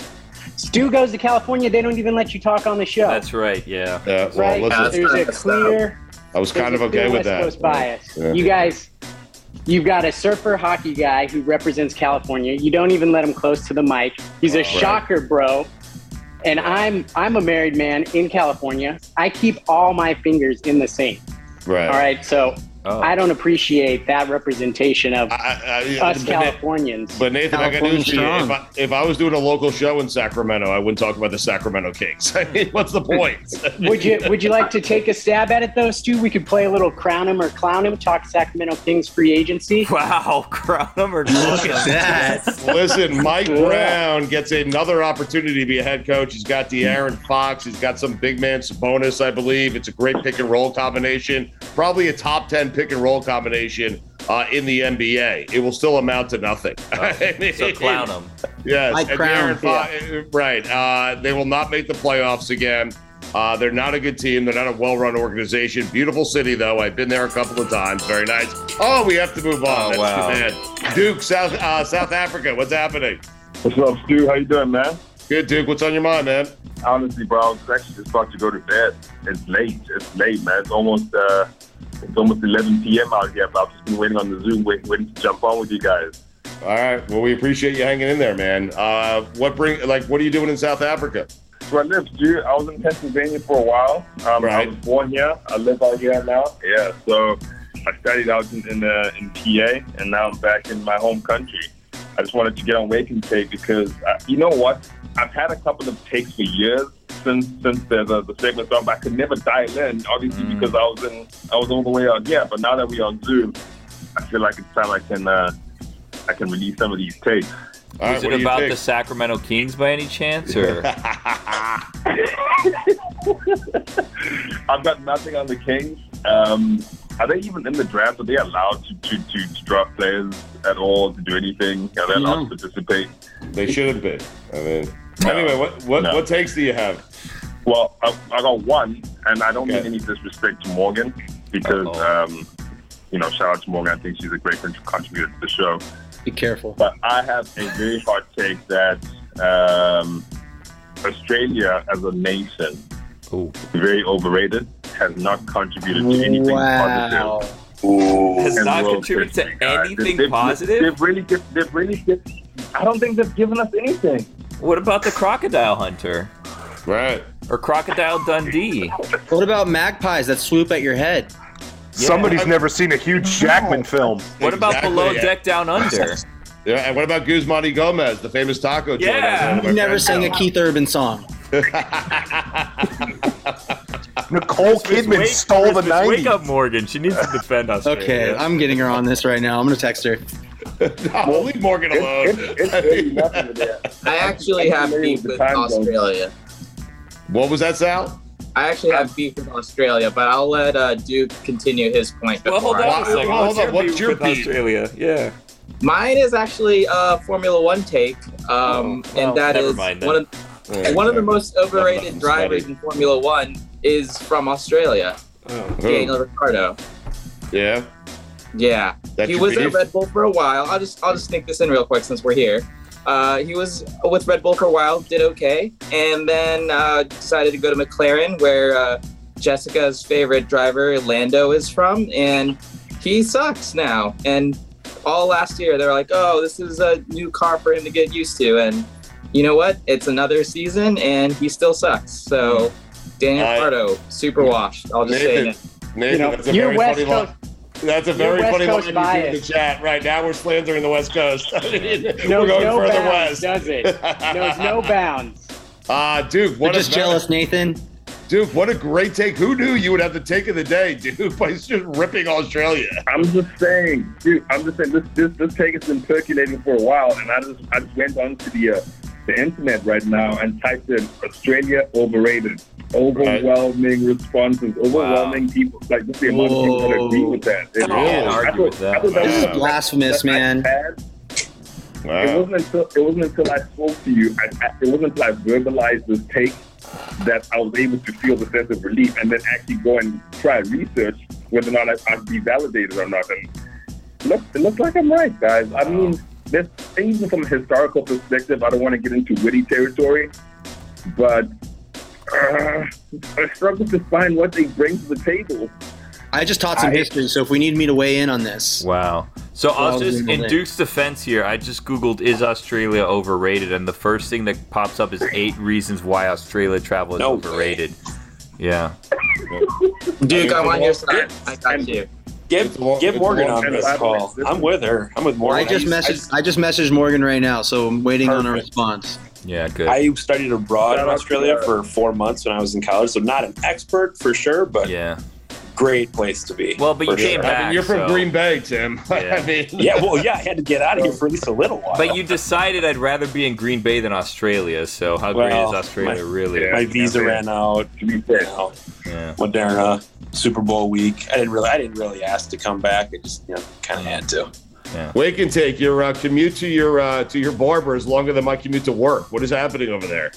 Speaker 15: Stu goes to California. They don't even let you talk on the show.
Speaker 3: That's right. Yeah.
Speaker 2: Yeah. Well,
Speaker 15: right?
Speaker 2: let's-
Speaker 15: There's a clear.
Speaker 2: I was kind of
Speaker 15: there's a
Speaker 2: okay
Speaker 15: clear
Speaker 2: with
Speaker 15: West
Speaker 2: that.
Speaker 15: Coast bias.
Speaker 2: Yeah.
Speaker 15: You guys, you've got a surfer hockey guy who represents California. You don't even let him close to the mic. He's a
Speaker 10: Right.
Speaker 15: shocker, bro. And I'm I'm a married man in California. I keep all my fingers in the sink.
Speaker 2: Right.
Speaker 15: All right, so
Speaker 2: Oh.
Speaker 15: I don't appreciate that representation of us
Speaker 2: but Na-
Speaker 15: Californians.
Speaker 2: But Nathan, I got news for you.
Speaker 15: California
Speaker 2: If I, if I was doing a local show in Sacramento, I wouldn't talk about the Sacramento Kings. I mean, what's the point?
Speaker 15: would you Would you like to take a stab at it though, Stu? We could play a little crown him or clown him. Talk Sacramento Kings free agency.
Speaker 3: Wow, crown him Oh, or
Speaker 15: clown him.
Speaker 2: Listen, Mike Brown gets another opportunity to be a head coach. He's got the Aaron Fox. He's got some big man Sabonis, I believe. It's a great pick and roll combination. Probably a top ten pick and roll combination uh, in the NBA. It will still amount to nothing.
Speaker 4: Oh,
Speaker 3: so clown him.
Speaker 2: Yes,
Speaker 3: Mike
Speaker 2: and
Speaker 3: Brown,
Speaker 2: Aaron Fox- right. Uh, they will not make the playoffs again. Uh, they're not a good team. They're not a well-run organization. Beautiful city, though. I've been there a couple of times. Very nice. Oh, we have to move on.
Speaker 16: Oh, wow.
Speaker 2: That's too bad. Duke, South uh, South Africa. What's happening? What's up, Stu? How you doing, man? Good, Duke. What's on your mind, man?
Speaker 17: Honestly, bro, I was actually just about to go to bed. It's late. It's late, man. It's almost uh, it's almost 11 p.m. out here, but I've just been waiting on the Zoom, waiting, waiting to jump on with you guys.
Speaker 2: All right. Well, we appreciate you hanging in there, man. Uh, what bring? Like, what are you doing in South Africa?
Speaker 17: So I lived, dude. I was in Pennsylvania for a while. Um, I was born here. I live out here now. Yeah. So I studied out in in, uh, in PA, and now I'm back in my home country. I just wanted to get on Wake and Take because uh, you know what? I've had a couple of takes for years since since the the, the segment started, but I could never dial in, obviously because I was in I was all the way out here. But now that we're on Zoom, I feel like it's time I can uh, I can release some of these takes.
Speaker 3: Is it about the Sacramento Kings by any chance? Or
Speaker 17: I've got nothing on the Kings. Um, are they even in the draft? Are they allowed to, to, to, to draft players at all to do anything? Are they allowed to participate?
Speaker 2: They shouldn't be. I mean, anyway, what what, what takes do you have?
Speaker 17: Well, I, I got one, and I don't
Speaker 2: Okay.
Speaker 17: mean any disrespect to Morgan because, um, you know, shout out to Morgan. I think she's a great cont- contributor to the show.
Speaker 12: Be careful.
Speaker 17: But I have a very hard take that um, Australia as a nation, very overrated, has not contributed to anything
Speaker 3: Wow.
Speaker 17: positive.
Speaker 3: Has
Speaker 17: in
Speaker 3: not
Speaker 17: world
Speaker 3: contributed to
Speaker 17: history, guys.
Speaker 3: anything
Speaker 17: They've-
Speaker 3: positive?
Speaker 17: They've really, give- they've really, give- I don't think they've given us anything.
Speaker 3: what about the Crocodile Hunter?
Speaker 2: Right.
Speaker 3: Or Crocodile Dundee?
Speaker 12: What about magpies that swoop at your head?
Speaker 7: Somebody's never seen a Hugh Jackman film.
Speaker 3: What about Below Deck Down Under?
Speaker 2: Yeah, and what about Guzmán y Gomez, the famous taco? joint outside of
Speaker 12: You
Speaker 2: my
Speaker 12: never
Speaker 2: friend's
Speaker 12: sang a
Speaker 2: house?
Speaker 12: Keith Urban song.
Speaker 7: Nicole Kidman stole the
Speaker 3: Christmas,
Speaker 7: 90s.
Speaker 3: wake up, Morgan. She needs to defend us.
Speaker 12: Okay, I'm getting her on this right now. I'm gonna text her.
Speaker 2: no, leave Morgan alone.
Speaker 18: I actually have beef with Australia.
Speaker 2: What was that, Sal?
Speaker 18: I actually have beef with Australia, but I'll let uh, Duke continue his point.
Speaker 3: Well, hold
Speaker 18: before
Speaker 3: on
Speaker 18: I-
Speaker 3: a second. What's your beef with Australia? Yeah.
Speaker 18: Mine is actually a Formula One take, um,
Speaker 3: Oh, well,
Speaker 18: and that
Speaker 3: never
Speaker 18: is
Speaker 3: mind then.
Speaker 18: one of
Speaker 3: Yeah,
Speaker 18: one of the
Speaker 3: sorry.
Speaker 18: most overrated drivers in Formula One is from Australia, Daniel Ricciardo.
Speaker 2: Oh. Yeah.
Speaker 18: Yeah,
Speaker 2: That's
Speaker 18: he
Speaker 2: your
Speaker 18: was
Speaker 2: beef?
Speaker 18: at Red Bull for a while. I'll just I'll just sneak this in real quick since we're here. Uh, he was with Red Bull for a while, did okay, and then uh, decided to go to McLaren, where uh, Jessica's favorite driver Lando is from, and he sucks now. And all last year they were like, "Oh, this is a new car for him to get used to," and you know what? It's another season, and he still sucks. So Daniel Ricciardo, super washed. I'll just
Speaker 2: Nathan,
Speaker 18: say that.
Speaker 2: Nathan,
Speaker 18: You know,
Speaker 2: that's a
Speaker 18: your
Speaker 2: very
Speaker 18: West
Speaker 2: funny line. That's a
Speaker 18: your
Speaker 2: very
Speaker 18: West
Speaker 2: funny
Speaker 18: Coast
Speaker 2: line you do in the
Speaker 18: bias.
Speaker 2: chat. Right now, we're slandering the West Coast. I mean,
Speaker 18: No-
Speaker 2: we're going
Speaker 18: no
Speaker 2: further
Speaker 18: bounds,
Speaker 2: west.
Speaker 18: does it?
Speaker 2: Knows
Speaker 18: no
Speaker 15: bounds.
Speaker 2: Uh, Duke, what
Speaker 12: They're just jealous, Nathan.
Speaker 2: Duke, what a great take. Who knew you would have the take of the day, Duke, by just ripping Australia?
Speaker 17: I'm just saying, dude. I'm just saying this this this take has been percolating for a while, and I just I just went onto the uh, the internet right now and typed in Australia overrated. Overwhelming responses, overwhelming people. Like just the amount of people that agree with that. It-
Speaker 12: I can't
Speaker 17: I
Speaker 12: argue
Speaker 17: thought-
Speaker 12: with that.
Speaker 17: I thought
Speaker 12: This
Speaker 17: was
Speaker 12: is
Speaker 17: a-
Speaker 12: blasphemous,
Speaker 17: that I
Speaker 12: man.
Speaker 17: had. It wasn't until it wasn't until I spoke to you. I, I, it wasn't until I verbalized this take that I was able to feel the sense of relief, and then actually go and try research whether or not I, I'd be validated or not. And look, it looks like I'm right, guys. I mean, there's even from a historical perspective. I don't want to get into witty territory, but uh, I struggle to find what they bring to the table.
Speaker 12: I just taught some history, so if we need me to weigh in on this,
Speaker 3: Wow. So
Speaker 12: Well,
Speaker 3: I was just
Speaker 12: then,
Speaker 3: in
Speaker 12: then.
Speaker 3: Duke's defense here. I just googled is Australia overrated, and the first thing that pops up is eight reasons why Australia travel is
Speaker 15: No way.
Speaker 3: overrated. Yeah.
Speaker 15: Duke, I'm on your side. I got you.
Speaker 4: Give,
Speaker 17: give Morgan on this
Speaker 4: call. I'm with her. I'm with Morgan.
Speaker 12: I just
Speaker 4: I used-
Speaker 12: messaged. I just messaged Morgan right now, so I'm waiting on a response.
Speaker 3: Yeah, good.
Speaker 4: I studied abroad in
Speaker 12: Shout out to
Speaker 4: Australia
Speaker 12: the-
Speaker 4: for four months when I was in college, so not an expert for sure, but
Speaker 3: yeah,
Speaker 4: great place to be.
Speaker 3: Well, but you came
Speaker 4: I mean,
Speaker 3: back,
Speaker 4: you're from
Speaker 3: so-
Speaker 4: Green
Speaker 2: Bay, Tim.
Speaker 3: Yeah.
Speaker 4: yeah, well, yeah, I had to get out of here for at least a little while.
Speaker 3: But you decided I'd rather be in Green Bay than Australia. So how great
Speaker 4: Well,
Speaker 3: is Australia
Speaker 4: my-
Speaker 3: really?
Speaker 4: My visa ran out. To be fair,
Speaker 3: Yeah.
Speaker 4: Moderna Super Bowl week. I didn't really, I didn't really ask to come back. I just, you know, kind of had to.
Speaker 2: Wake and take your uh, commute to your uh, to your barber is longer than my commute to work. What is happening over there?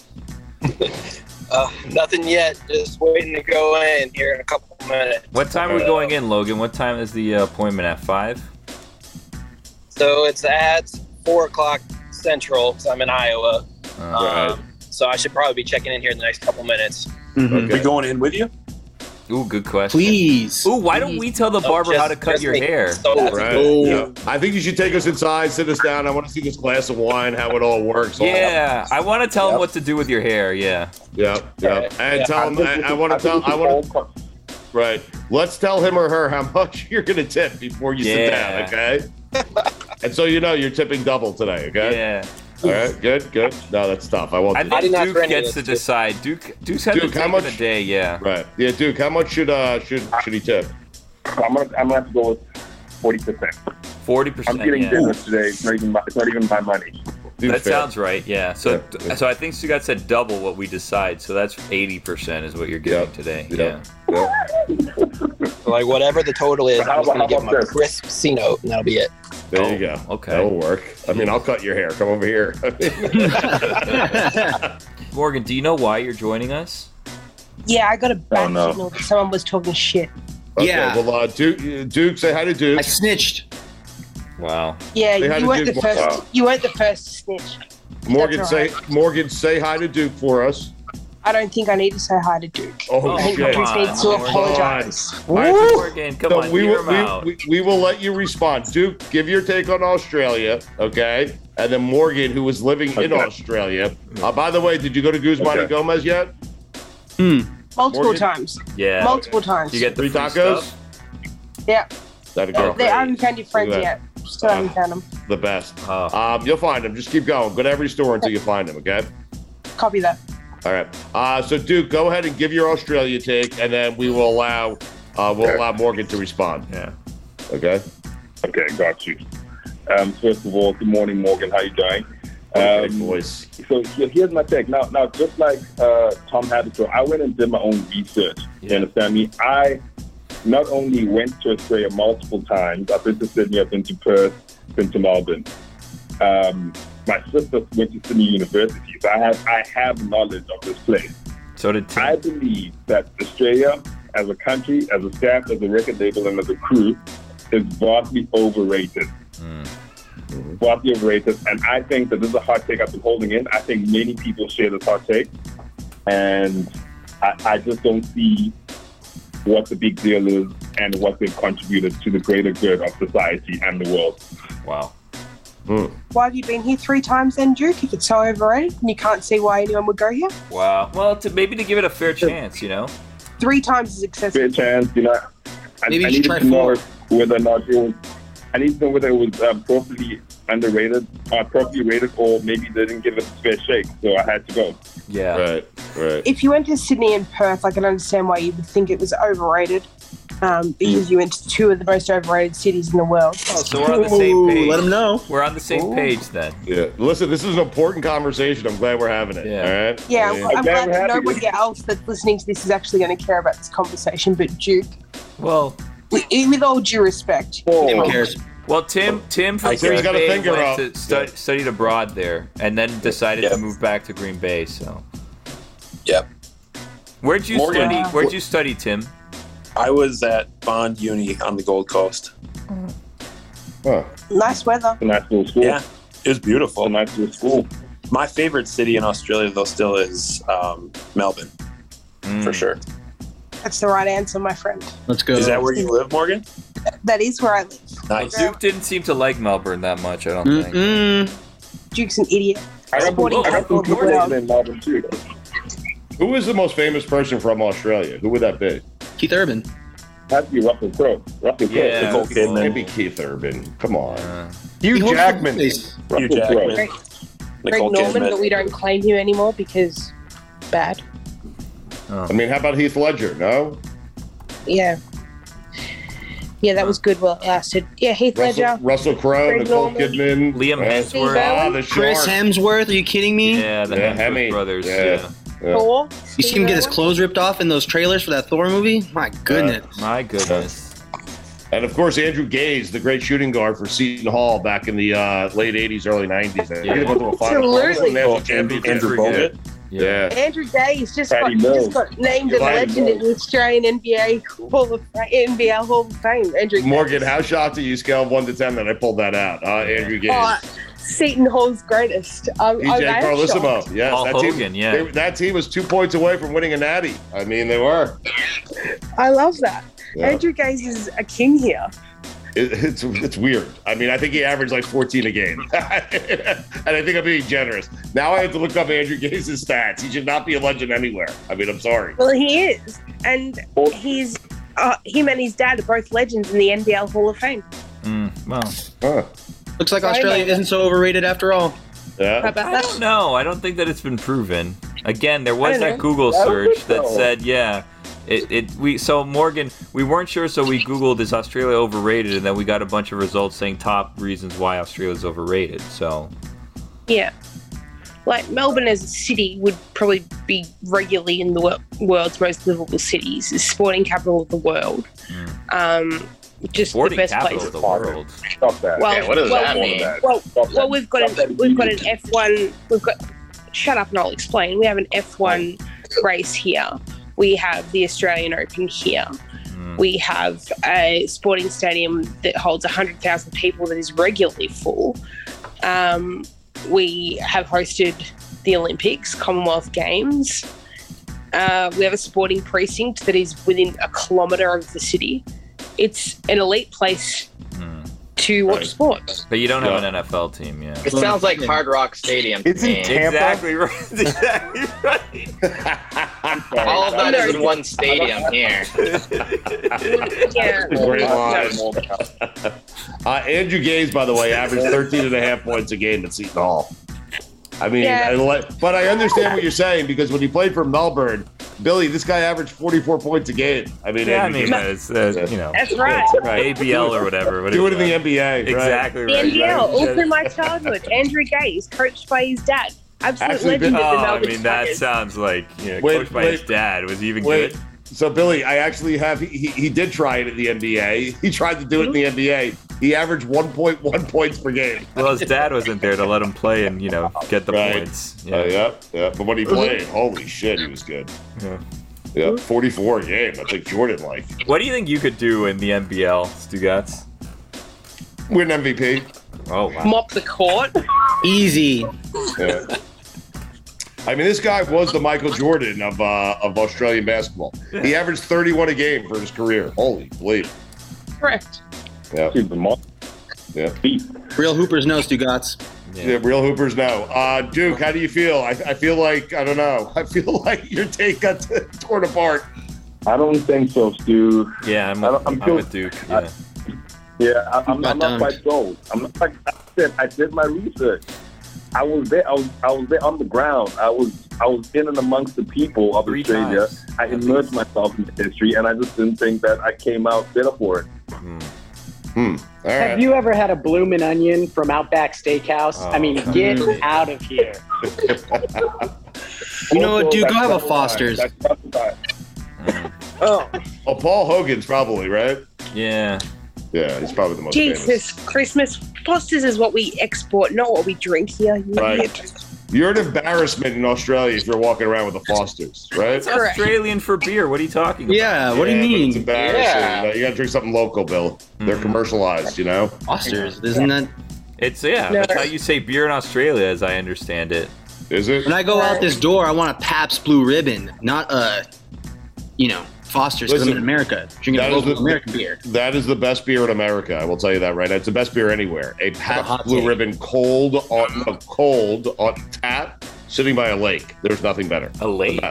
Speaker 13: Uh, nothing yet. Just waiting to go in here in a couple minutes.
Speaker 3: What time are
Speaker 2: Uh,
Speaker 3: we going in, Logan? What time is the uh, appointment at five?
Speaker 13: So it's at four o'clock central because I'm in Iowa. Um,
Speaker 3: Right.
Speaker 13: So I should probably be checking in here in the next couple minutes.
Speaker 4: Mm-hmm. We going in with you?
Speaker 3: Ooh, good question.
Speaker 12: Please.
Speaker 3: Ooh, why don't we tell the
Speaker 13: Oh,
Speaker 3: barber how
Speaker 13: just-
Speaker 3: to cut
Speaker 13: just
Speaker 3: your
Speaker 13: make-
Speaker 3: hair?
Speaker 13: so-
Speaker 2: Right. Yeah. I think you should take us inside, sit us down. I want to see this glass of wine, how it all works. all
Speaker 3: Yeah, I want to tell him what to do with your hair. Yeah.
Speaker 2: Yep. Yep. And tell him. I, I want to tell. I want to. Right. Let's tell him or her how much you're going to tip before you
Speaker 3: Yeah.
Speaker 2: sit down. Okay. and so you know you're tipping double today. Okay.
Speaker 3: Yeah.
Speaker 2: All right. Good. Good. No, that's tough. I won't.
Speaker 3: I
Speaker 2: do
Speaker 3: think
Speaker 2: that.
Speaker 3: Duke gets to decide. Duke, Duke has
Speaker 2: Duke,
Speaker 3: to
Speaker 2: how
Speaker 3: take
Speaker 2: much-
Speaker 3: the day. Yeah.
Speaker 2: Right. Yeah, Duke. How much should uh should should he tip?
Speaker 17: I'm gonna, I'm gonna have to go with forty percent.
Speaker 3: Forty
Speaker 17: I'm
Speaker 3: percent.
Speaker 17: getting
Speaker 3: yeah.
Speaker 17: business today. It's not even my, it's not even my money.
Speaker 3: That sounds right. Yeah. So, so I think Sugat said double what we decide. So that's eighty percent is what you're getting today. Yeah.
Speaker 13: Like whatever the total is,
Speaker 3: How
Speaker 13: I'm just gonna
Speaker 3: about-
Speaker 13: give
Speaker 3: how
Speaker 13: him
Speaker 3: about
Speaker 13: a
Speaker 3: this?
Speaker 13: crisp C note, and that'll be it.
Speaker 2: There you
Speaker 3: Oh,
Speaker 2: go. Okay. That'll work. I mean, I'll cut your hair. Come over here.
Speaker 3: Morgan, do you know why you're joining us?
Speaker 19: Yeah, I got a bad
Speaker 2: Oh, no.
Speaker 19: signal that someone was talking shit.
Speaker 2: Okay,
Speaker 19: Yeah.
Speaker 2: Well, uh, Duke, Duke, say hi to Duke. I
Speaker 12: snitched.
Speaker 3: Wow.
Speaker 19: Yeah, you weren't the first. You weren't the first to snitch.
Speaker 2: Morgan,
Speaker 19: That's all
Speaker 2: say
Speaker 19: right.
Speaker 2: Morgan, say hi to Duke for us.
Speaker 19: I don't think I need to say hi to Duke.
Speaker 2: Oh,
Speaker 19: I think
Speaker 2: shit.
Speaker 19: I just need to
Speaker 2: Come on.
Speaker 19: apologize.
Speaker 2: All right,
Speaker 19: Woo!
Speaker 2: so-
Speaker 3: Morgan, come on,
Speaker 2: we
Speaker 3: hear
Speaker 2: will,
Speaker 3: him
Speaker 2: we,
Speaker 3: out.
Speaker 2: We, we will let you respond. Duke, give your take on Australia, okay? And then Morgan, who was living in
Speaker 17: Okay.
Speaker 2: Australia. Uh, by the way, did you go to Guzman and
Speaker 17: Okay.
Speaker 2: Gomez yet?
Speaker 19: Multiple
Speaker 2: Morgan?
Speaker 19: times.
Speaker 3: Yeah.
Speaker 19: Hmm. Multiple times.
Speaker 2: You get the free Oh, tacos.
Speaker 19: Yeah.
Speaker 2: That a girl.
Speaker 19: They haven't found your friends
Speaker 2: Look
Speaker 19: yet.
Speaker 2: at
Speaker 19: Still haven't found them.
Speaker 2: The best. Um, you'll find them. Just keep going. Go to every store until you find them. Okay.
Speaker 19: Copy that.
Speaker 2: All right. Uh, so Duke, go ahead and give your Australia take, and then we will allow uh, we'll allow Morgan to respond.
Speaker 3: Yeah.
Speaker 2: Okay.
Speaker 17: Okay, got you. Um, first of all, good morning, Morgan. How you doing? Um,
Speaker 2: Okay, boys.
Speaker 17: So here- here's my take. Now, now just like uh, Tom had to, I went and did my own research. You understand me? I not only went to Australia multiple times. I've been to Sydney. I've been to Perth. Been to Melbourne. Um, my sister went to Sydney University. So I have I have knowledge of this place.
Speaker 3: So did
Speaker 17: I believe that Australia, as a country, as a staff, as a record label, and as a crew, is vastly overrated.
Speaker 3: Mm.
Speaker 17: Vastly overrated. And I think that this is a hot take I've been holding in. I think many people share this hot take. And I, I just don't see what the big deal is and what they've contributed to the greater good of society and the world.
Speaker 3: Wow.
Speaker 19: Why have you been here three times then, Duke? If it's so overrated and you can't see why anyone would go here,
Speaker 3: Wow. Well, to, maybe to give it a fair chance, you know.
Speaker 19: three times is
Speaker 17: fair
Speaker 19: excessive.
Speaker 17: chance, you know. I,
Speaker 19: Maybe
Speaker 17: I
Speaker 19: you should
Speaker 17: needed
Speaker 19: try
Speaker 17: to know
Speaker 19: four.
Speaker 17: whether or not it was. I need to know whether it was uh, properly underrated, uh, properly rated, or maybe they didn't give it a fair shake. So I had to go.
Speaker 3: Yeah.
Speaker 2: Right. Right.
Speaker 19: If you went to Sydney and Perth, I can understand why you would think it was overrated. Um, because you went to two of the most overrated cities in the world. Oh,
Speaker 3: So we're on the same page.
Speaker 2: let 'em
Speaker 12: know.
Speaker 3: We're on the same
Speaker 2: Ooh.
Speaker 3: page then.
Speaker 2: Yeah. Listen, this is an important conversation. I'm glad we're having it. All right.
Speaker 19: Yeah,
Speaker 2: I mean-
Speaker 19: I'm, I'm glad that nobody else that's listening to this is actually going to care about this conversation, but Duke.
Speaker 3: Well,
Speaker 19: with, with all due respect,
Speaker 3: Well, Tim, Tim from
Speaker 19: Oh. I
Speaker 3: Green
Speaker 19: think he's got a
Speaker 3: Bay
Speaker 19: finger
Speaker 3: went
Speaker 19: up.
Speaker 3: to stu- studied abroad there, and then decided to move back to Green Bay. So,
Speaker 4: Yep.
Speaker 3: Where'd you
Speaker 4: Morgan.
Speaker 3: study? Where'd you study, Tim?
Speaker 4: I was at Bond Uni on the Gold Coast.
Speaker 2: Huh.
Speaker 19: Nice weather.
Speaker 17: Nice little school.
Speaker 4: Yeah, it was beautiful.
Speaker 17: nice little school.
Speaker 4: My favorite city in Australia, though, still is um, Melbourne,
Speaker 3: Mm.
Speaker 4: for sure.
Speaker 19: That's the right answer, my friend.
Speaker 3: Let's go.
Speaker 4: Is that where you live, Morgan?
Speaker 19: That is where I live.
Speaker 3: Nice. Duke didn't seem to like Melbourne that much. I don't think.
Speaker 19: Duke's an idiot.
Speaker 2: I got the
Speaker 19: Melbourne.
Speaker 2: in Melbourne too. Who is the most famous person from Australia? Who would that be?
Speaker 12: Keith Urban.
Speaker 2: That'd be Russell Crowe. Russell
Speaker 12: Crowe, Nicole Kidman.
Speaker 2: Maybe Keith Urban. Come on.
Speaker 3: Uh,
Speaker 12: Hugh
Speaker 2: He holds
Speaker 12: Jackman.
Speaker 2: the face. Russell Crowe.
Speaker 19: Greg, Greg Norman, but we don't claim him anymore because bad.
Speaker 3: Oh.
Speaker 2: I mean, how about Heath Ledger? No.
Speaker 19: Yeah. Yeah, that was good while it lasted. Yeah, Heath
Speaker 2: Russell,
Speaker 19: Ledger.
Speaker 2: Russell Crowe,
Speaker 19: Greg
Speaker 2: Nicole
Speaker 19: Norman.
Speaker 2: Kidman, Liam
Speaker 19: Hemsworth.
Speaker 2: ah, the
Speaker 12: Chris
Speaker 2: shark.
Speaker 12: Hemsworth, are you kidding me?
Speaker 3: Yeah, the Hemsworth brothers. Yeah.
Speaker 19: Thor.
Speaker 12: You see him get his clothes ripped off in those trailers for that Thor movie? My goodness.
Speaker 3: my goodness.
Speaker 2: And of course, Andrew Gaze, the great shooting guard for Seton Hall back in the uh, late '80s, early '90s. They
Speaker 19: Yeah.
Speaker 2: went to a final
Speaker 19: Absolutely.
Speaker 2: four, national
Speaker 4: Oh,
Speaker 2: championship.
Speaker 4: Andrew Bogut?
Speaker 2: Yeah. yeah.
Speaker 19: Andrew Day has just got,
Speaker 2: Patty Mills.
Speaker 19: just got named a
Speaker 2: Patty
Speaker 19: legend in the Australian NBA Hall of NBA Hall of Fame. Andrew
Speaker 2: Morgan, how shocked are you? Scale of one to ten that I pulled that out. Uh, Andrew Gaze.
Speaker 19: Oh, Seton Hall's greatest. Um, I'm
Speaker 2: EJ
Speaker 19: I'm
Speaker 2: Carlissimo.
Speaker 19: shocked.
Speaker 2: Yes,
Speaker 3: Paul
Speaker 2: that team,
Speaker 3: Hogan, yeah.
Speaker 2: they- that team was two points away from winning a natty. I mean, they were.
Speaker 19: I love that.
Speaker 2: Yeah.
Speaker 19: Andrew Gaze is a king here.
Speaker 2: It, it's it's weird. I mean, I think he averaged like 14 a game, and I think I'm being generous. Now I have to look up Andrew Gaze's stats. He should not be a legend anywhere. I mean, I'm sorry.
Speaker 19: Well, he is, and he's uh, him and his dad are both legends in the NBL Hall of Fame.
Speaker 3: wow.
Speaker 12: Looks like
Speaker 19: Sorry,
Speaker 12: Australia
Speaker 19: Megan.
Speaker 12: isn't so overrated after all.
Speaker 2: Yeah.
Speaker 19: How about
Speaker 3: I
Speaker 19: that?
Speaker 3: don't know. I don't think that it's been proven. Again, there was
Speaker 19: I don't
Speaker 3: that
Speaker 19: know.
Speaker 3: Google
Speaker 19: I don't
Speaker 3: search
Speaker 19: think
Speaker 3: that
Speaker 19: so.
Speaker 3: said, yeah, it, it we so Morgan, we weren't sure, so we Googled is Australia overrated, and then we got a bunch of results saying top reasons why Australia is overrated. So
Speaker 19: Yeah. Like Melbourne as a city would probably be regularly in the wor- world's most livable cities, the sporting capital of the world. Um, just
Speaker 3: Hmm. sporting
Speaker 19: the best
Speaker 3: capital
Speaker 19: place.
Speaker 3: of the world.
Speaker 4: Stop that.
Speaker 19: Well, well, Well, well, we've got an, we've got an F one. We've got. Shut up, and I'll explain. We have an F one race here. We have the Australian Open here. We have a sporting stadium that holds hundred thousand people that is regularly full. Um, we have hosted the Olympics, Commonwealth Games. Uh, we have a sporting precinct that is within a kilometre of the city. It's an elite place to watch sports.
Speaker 3: But you don't have an NFL team, yeah.
Speaker 13: It sounds like Hard Rock Stadium. to me.
Speaker 3: Exactly right. Exactly right.
Speaker 13: All of that is in one stadium here.
Speaker 19: yeah.
Speaker 2: Great line. uh, Andrew Gaze, by the way, averaged 13 and a half points a game at Seton Hall. I mean,
Speaker 19: Yeah.
Speaker 2: I li- but I understand what you're saying because when he played for Melbourne, Billy, this guy averaged 44 points a game. I mean,
Speaker 3: Yeah, I
Speaker 2: Andrew
Speaker 3: mean,
Speaker 2: Gaze-
Speaker 3: it's, uh, you know,
Speaker 19: That's right.
Speaker 3: ABL or whatever.
Speaker 2: Do it in the NBA.
Speaker 3: Exactly
Speaker 19: The
Speaker 3: right.
Speaker 19: NBL, all through my childhood. Andrew Gaze, coached by his dad. Absolute
Speaker 2: Actually,
Speaker 19: legend
Speaker 2: been-
Speaker 19: of the
Speaker 2: oh, I
Speaker 3: I
Speaker 19: Melbourne
Speaker 3: mean, that
Speaker 19: Tigers.
Speaker 3: sounds like you know,
Speaker 2: Wait,
Speaker 3: coached by his
Speaker 2: wait.
Speaker 3: dad was he even
Speaker 2: Wait.
Speaker 3: good.
Speaker 2: So Billy, I actually have he, he he did try it in the NBA. He tried to do it in the NBA. He averaged 1.1 points per game.
Speaker 3: Well, his dad wasn't there to let him play and you know get the points. Yeah.
Speaker 2: Uh, yep, yep. But when he played, holy shit, he was good. Yeah, 44 a game. I think Jordan like
Speaker 3: What do you think you could do in the NBL, Stugatz?
Speaker 2: win MVP.
Speaker 3: Oh wow.
Speaker 19: Mop the court.
Speaker 12: Easy.
Speaker 2: Yeah. I mean, this guy was the Michael Jordan of uh, of Australian basketball. He averaged 31 a game for his career. Holy bleep.
Speaker 19: Correct.
Speaker 2: Yeah. Yeah.
Speaker 12: Real hoopers know Stugats.
Speaker 2: Yeah. real hoopers know. Uh, Duke, how do you feel? I, I feel like I don't know. I feel like your take got torn apart.
Speaker 17: I don't think so, Stu.
Speaker 3: Yeah, I'm,
Speaker 17: I don't- I'm,
Speaker 3: I'm
Speaker 17: feel-
Speaker 3: with Duke. Yeah.
Speaker 17: Yeah, I, I'm,
Speaker 12: Not
Speaker 17: I'm not
Speaker 12: done.
Speaker 17: quite sold. I'm not like I said. I did my research. I was there. I was, I was there on the ground. I was I was in and amongst the people of
Speaker 3: Three
Speaker 17: Australia.
Speaker 3: times,
Speaker 17: I immersed myself in history, and I just didn't think that I came out better for it.
Speaker 2: Hmm. All
Speaker 17: right.
Speaker 15: Have you ever had a bloomin' onion from Outback Steakhouse? I mean,
Speaker 17: Oh.
Speaker 15: get
Speaker 17: Mm.
Speaker 15: out of here.
Speaker 12: You know what, dude? Go
Speaker 2: that's
Speaker 12: have a
Speaker 2: double
Speaker 12: Foster's.
Speaker 19: Oh.
Speaker 2: Oh, Paul Hogan's probably right.
Speaker 3: Yeah.
Speaker 2: Yeah, he's probably the most famous.
Speaker 19: Jesus, Christmas. Foster's is what we export, not what we drink here. You
Speaker 2: Right. You're an embarrassment in Australia if you're walking around with the Fosters, right?
Speaker 3: It's Australian for beer. What are you talking about?
Speaker 12: Yeah, what do you
Speaker 2: Yeah, but
Speaker 12: mean?
Speaker 2: It's embarrassing.
Speaker 3: Yeah.
Speaker 2: You gotta drink something local, Bill. They're commercialized, you know.
Speaker 12: Fosters, isn't that?
Speaker 3: It's yeah.
Speaker 12: No.
Speaker 3: That's how you say beer in Australia, as I understand it.
Speaker 2: Is it?
Speaker 12: When I go out this door, I want a Paps Blue Ribbon, not a, you know, Foster's. 'cause I'm in
Speaker 2: Listen,
Speaker 12: America, drinking
Speaker 2: that
Speaker 12: a
Speaker 2: is
Speaker 12: local
Speaker 2: the-
Speaker 12: American beer.
Speaker 2: That is the best beer in America. I will tell you that right now. It's the best beer anywhere. A Pabst
Speaker 12: hot
Speaker 2: Blue
Speaker 12: take.
Speaker 2: Ribbon, cold on a cold on tap, sitting by a lake. There's nothing better. A lake.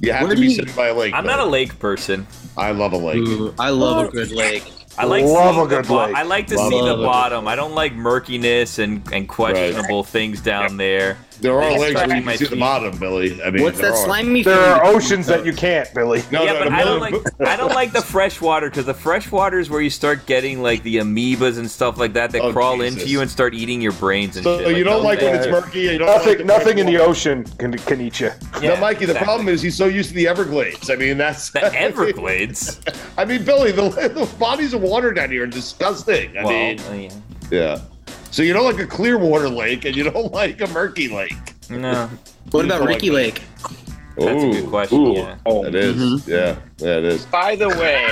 Speaker 2: You have
Speaker 3: Where
Speaker 2: to
Speaker 3: do
Speaker 2: be
Speaker 3: you-
Speaker 2: sitting by a lake.
Speaker 3: I'm not a lake person.
Speaker 2: I love a lake.
Speaker 12: I love a good lake.
Speaker 3: I like
Speaker 2: Love
Speaker 3: seeing
Speaker 2: a good
Speaker 3: the bo-
Speaker 2: lake.
Speaker 3: I like to
Speaker 2: Love
Speaker 3: see
Speaker 2: a
Speaker 3: the
Speaker 2: good
Speaker 3: bottom. I don't like murkiness and, and questionable things down there.
Speaker 2: There are
Speaker 3: They
Speaker 2: lakes
Speaker 3: scratch
Speaker 2: where you
Speaker 3: my
Speaker 2: can see the
Speaker 3: feet.
Speaker 2: bottom, Billy. I mean, there are.
Speaker 7: There are oceans that you can't, Billy.
Speaker 3: yeah, but I don't like I don't like the fresh water because the fresh water is where you start getting like the amoebas and stuff like that that
Speaker 7: Oh,
Speaker 3: crawl
Speaker 7: Jesus.
Speaker 3: into you and start eating your brains and
Speaker 2: So
Speaker 3: shit.
Speaker 2: you don't like when it's murky. and You don't
Speaker 7: nothing,
Speaker 2: like the
Speaker 7: nothing in the ocean can, can eat you.
Speaker 2: no, Mikey. The problem is he's so used to the Everglades. I mean, that's the
Speaker 3: Everglades.
Speaker 2: I mean, Billy, the, the bodies of water down here are disgusting. I
Speaker 3: Well,
Speaker 2: mean,
Speaker 3: oh, yeah.
Speaker 2: yeah. So you don't like a clear water lake, and you don't like a murky lake.
Speaker 3: No.
Speaker 12: What about Ricky Lake?
Speaker 3: That's a good question. yeah.
Speaker 2: Oh, that is. Yeah, that is.
Speaker 18: By the way,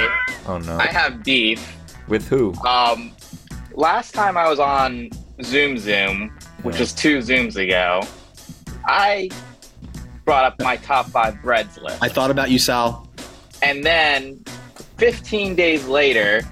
Speaker 3: Oh no.
Speaker 18: Mm-hmm. I have beef.
Speaker 3: With who?
Speaker 18: Um, last time I was on Zoom Zoom, which was two Zooms ago, I brought up my top five breads list.
Speaker 12: I thought about you, Sal.
Speaker 18: And then 15 days later,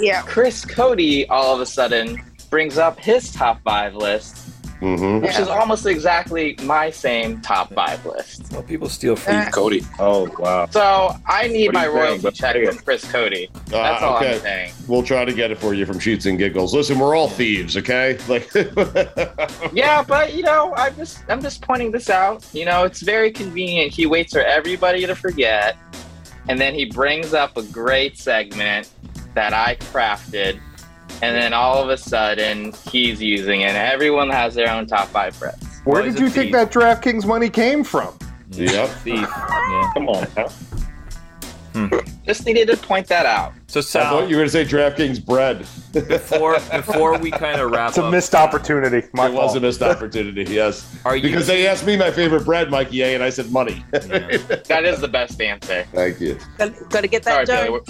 Speaker 18: yeah. Chris Cody all of a sudden brings up his top five list,
Speaker 2: Mm-hmm.
Speaker 18: which is almost exactly my same top five list.
Speaker 3: Well, people steal
Speaker 18: from Uh,
Speaker 4: Cody.
Speaker 2: Oh wow.
Speaker 18: So I need
Speaker 2: What do
Speaker 18: my
Speaker 2: you think?
Speaker 18: royalty check from Chris Cody.
Speaker 2: Ah,
Speaker 18: That's all I'm saying.
Speaker 2: Uh, We'll try to get it for you from Sheets and Giggles. Listen, we're all thieves, okay? Like,
Speaker 18: yeah, but you know, I just I'm just pointing this out. You know, it's very convenient. He waits for everybody to forget, and then he brings up a great segment that I crafted, and then all of a sudden he's using it. And everyone has their own top five breaths.
Speaker 7: Where did you think that DraftKings money came from?
Speaker 2: Yep.
Speaker 18: Come
Speaker 2: on.
Speaker 3: Hmm.
Speaker 18: Just needed to point that out.
Speaker 3: So
Speaker 2: I thought you were going to say DraftKings bread.
Speaker 3: Before before we kind of wrap
Speaker 7: It's a
Speaker 3: up,
Speaker 7: missed opportunity. My
Speaker 2: it was a
Speaker 7: fault.
Speaker 2: missed opportunity. Yes.
Speaker 3: Are you-
Speaker 2: because they asked me my favorite bread, Mikey A, and I said money.
Speaker 18: that is the best answer.
Speaker 2: Thank you.
Speaker 18: Gotta get that done.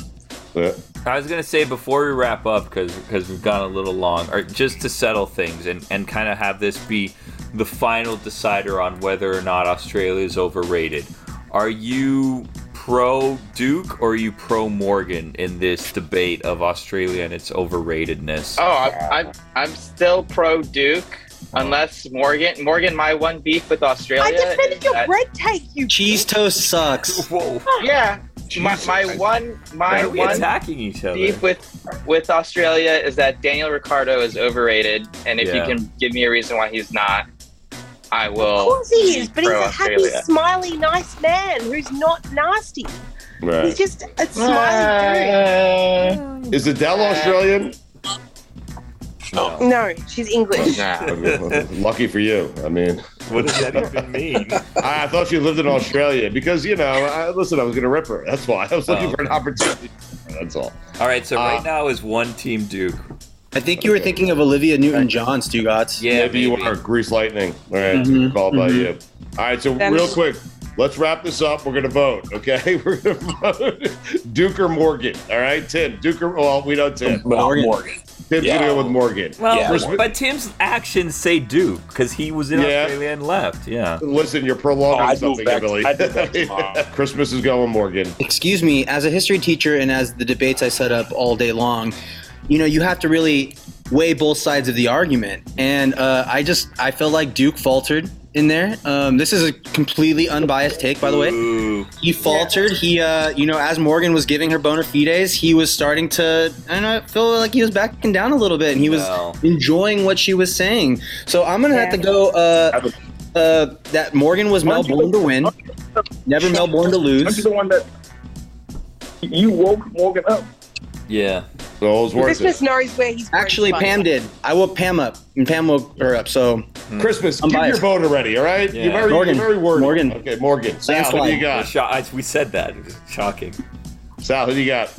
Speaker 3: I was gonna say before we wrap up because we've gone a little long, or just to settle things and and kind of have this be the final decider on whether or not Australia is overrated. Are you pro Duke or are you pro Morgan in this debate of Australia and its overratedness?
Speaker 18: Oh, I, I, I'm still pro Duke, unless Morgan. Morgan, my one beef with Australia.
Speaker 20: I just
Speaker 18: is
Speaker 20: finished your
Speaker 18: that-
Speaker 20: bread take, you.
Speaker 12: Cheese toast sucks.
Speaker 3: Whoa.
Speaker 18: Yeah, my, my one my
Speaker 3: Why are we
Speaker 18: one
Speaker 3: attacking each other?
Speaker 18: beef with with Australia is that Daniel Ricardo is overrated, and if
Speaker 3: Yeah.
Speaker 18: you can give me a reason why he's not, I will.
Speaker 20: Of course he is, but he's
Speaker 18: pro
Speaker 20: a happy,
Speaker 18: Australia.
Speaker 20: smiley, nice man who's not nasty.
Speaker 2: Right.
Speaker 20: He's just a smiley
Speaker 2: Is Adele Australian?
Speaker 20: dude. No, she's English.
Speaker 2: Lucky for you. I mean,
Speaker 3: what does that even mean?
Speaker 2: I, I thought she lived in Australia because, you know, I, listen, I was going to rip her. That's why I was looking
Speaker 3: Oh.
Speaker 2: for an opportunity. That's all.
Speaker 3: All right, so right now is one team Duke.
Speaker 12: Uh, I think you were thinking of Olivia Newton-John, Stu Gotts.
Speaker 3: Yeah,
Speaker 2: maybe, you are Grease Lightning. All right, it's
Speaker 12: Mhm,
Speaker 2: good call by
Speaker 12: mhm.
Speaker 2: you. All right, so
Speaker 12: That
Speaker 2: real
Speaker 12: is-
Speaker 2: quick, let's wrap this up. We're gonna vote, okay? We're gonna vote Duke or Morgan. All right, Tim. Duke or well, we know Tim.
Speaker 4: Morgan. Morgan.
Speaker 2: Tim's
Speaker 3: Yeah.
Speaker 2: gonna go with Morgan.
Speaker 3: Well,
Speaker 2: Chris-
Speaker 3: but Tim's actions say Duke because he was in
Speaker 2: Yeah.
Speaker 3: Australia and left. Yeah.
Speaker 2: listen, you're prolonging
Speaker 3: Oh, I'd
Speaker 2: something,
Speaker 3: move back-
Speaker 2: Emily.
Speaker 3: I'd move back
Speaker 2: Christmas is going Morgan.
Speaker 12: Excuse me, as a history teacher and as the debates I set up all day long, you know, you have to really weigh both sides of the argument. And uh, I just, I felt like Duke faltered in there. Um, this is a completely unbiased take, by the way. He faltered. He, uh, you know, as Morgan was giving her bona fides, he was starting to, I don't know, feel like he was backing down a little bit and he was
Speaker 3: No.
Speaker 12: enjoying what she was saying. So I'm going to have to go uh, uh, that Morgan was Melbourne to win. Never Melbourne to lose.
Speaker 17: Aren't you the one that you woke Morgan up?
Speaker 19: Oh,
Speaker 3: Yeah.
Speaker 2: So it was worth
Speaker 20: Christmas
Speaker 2: it.
Speaker 20: knows where he's
Speaker 12: Actually, Pam did. I woke Pam up, and Pam woke her up. So
Speaker 2: Christmas, give your vote already, all right? You're very,
Speaker 12: Morgan.
Speaker 2: you're very wordy.
Speaker 12: Morgan.
Speaker 2: Okay, Morgan. Sal, who do you got?
Speaker 3: Sho- I- we said that. It was shocking.
Speaker 2: Sal, who do you got?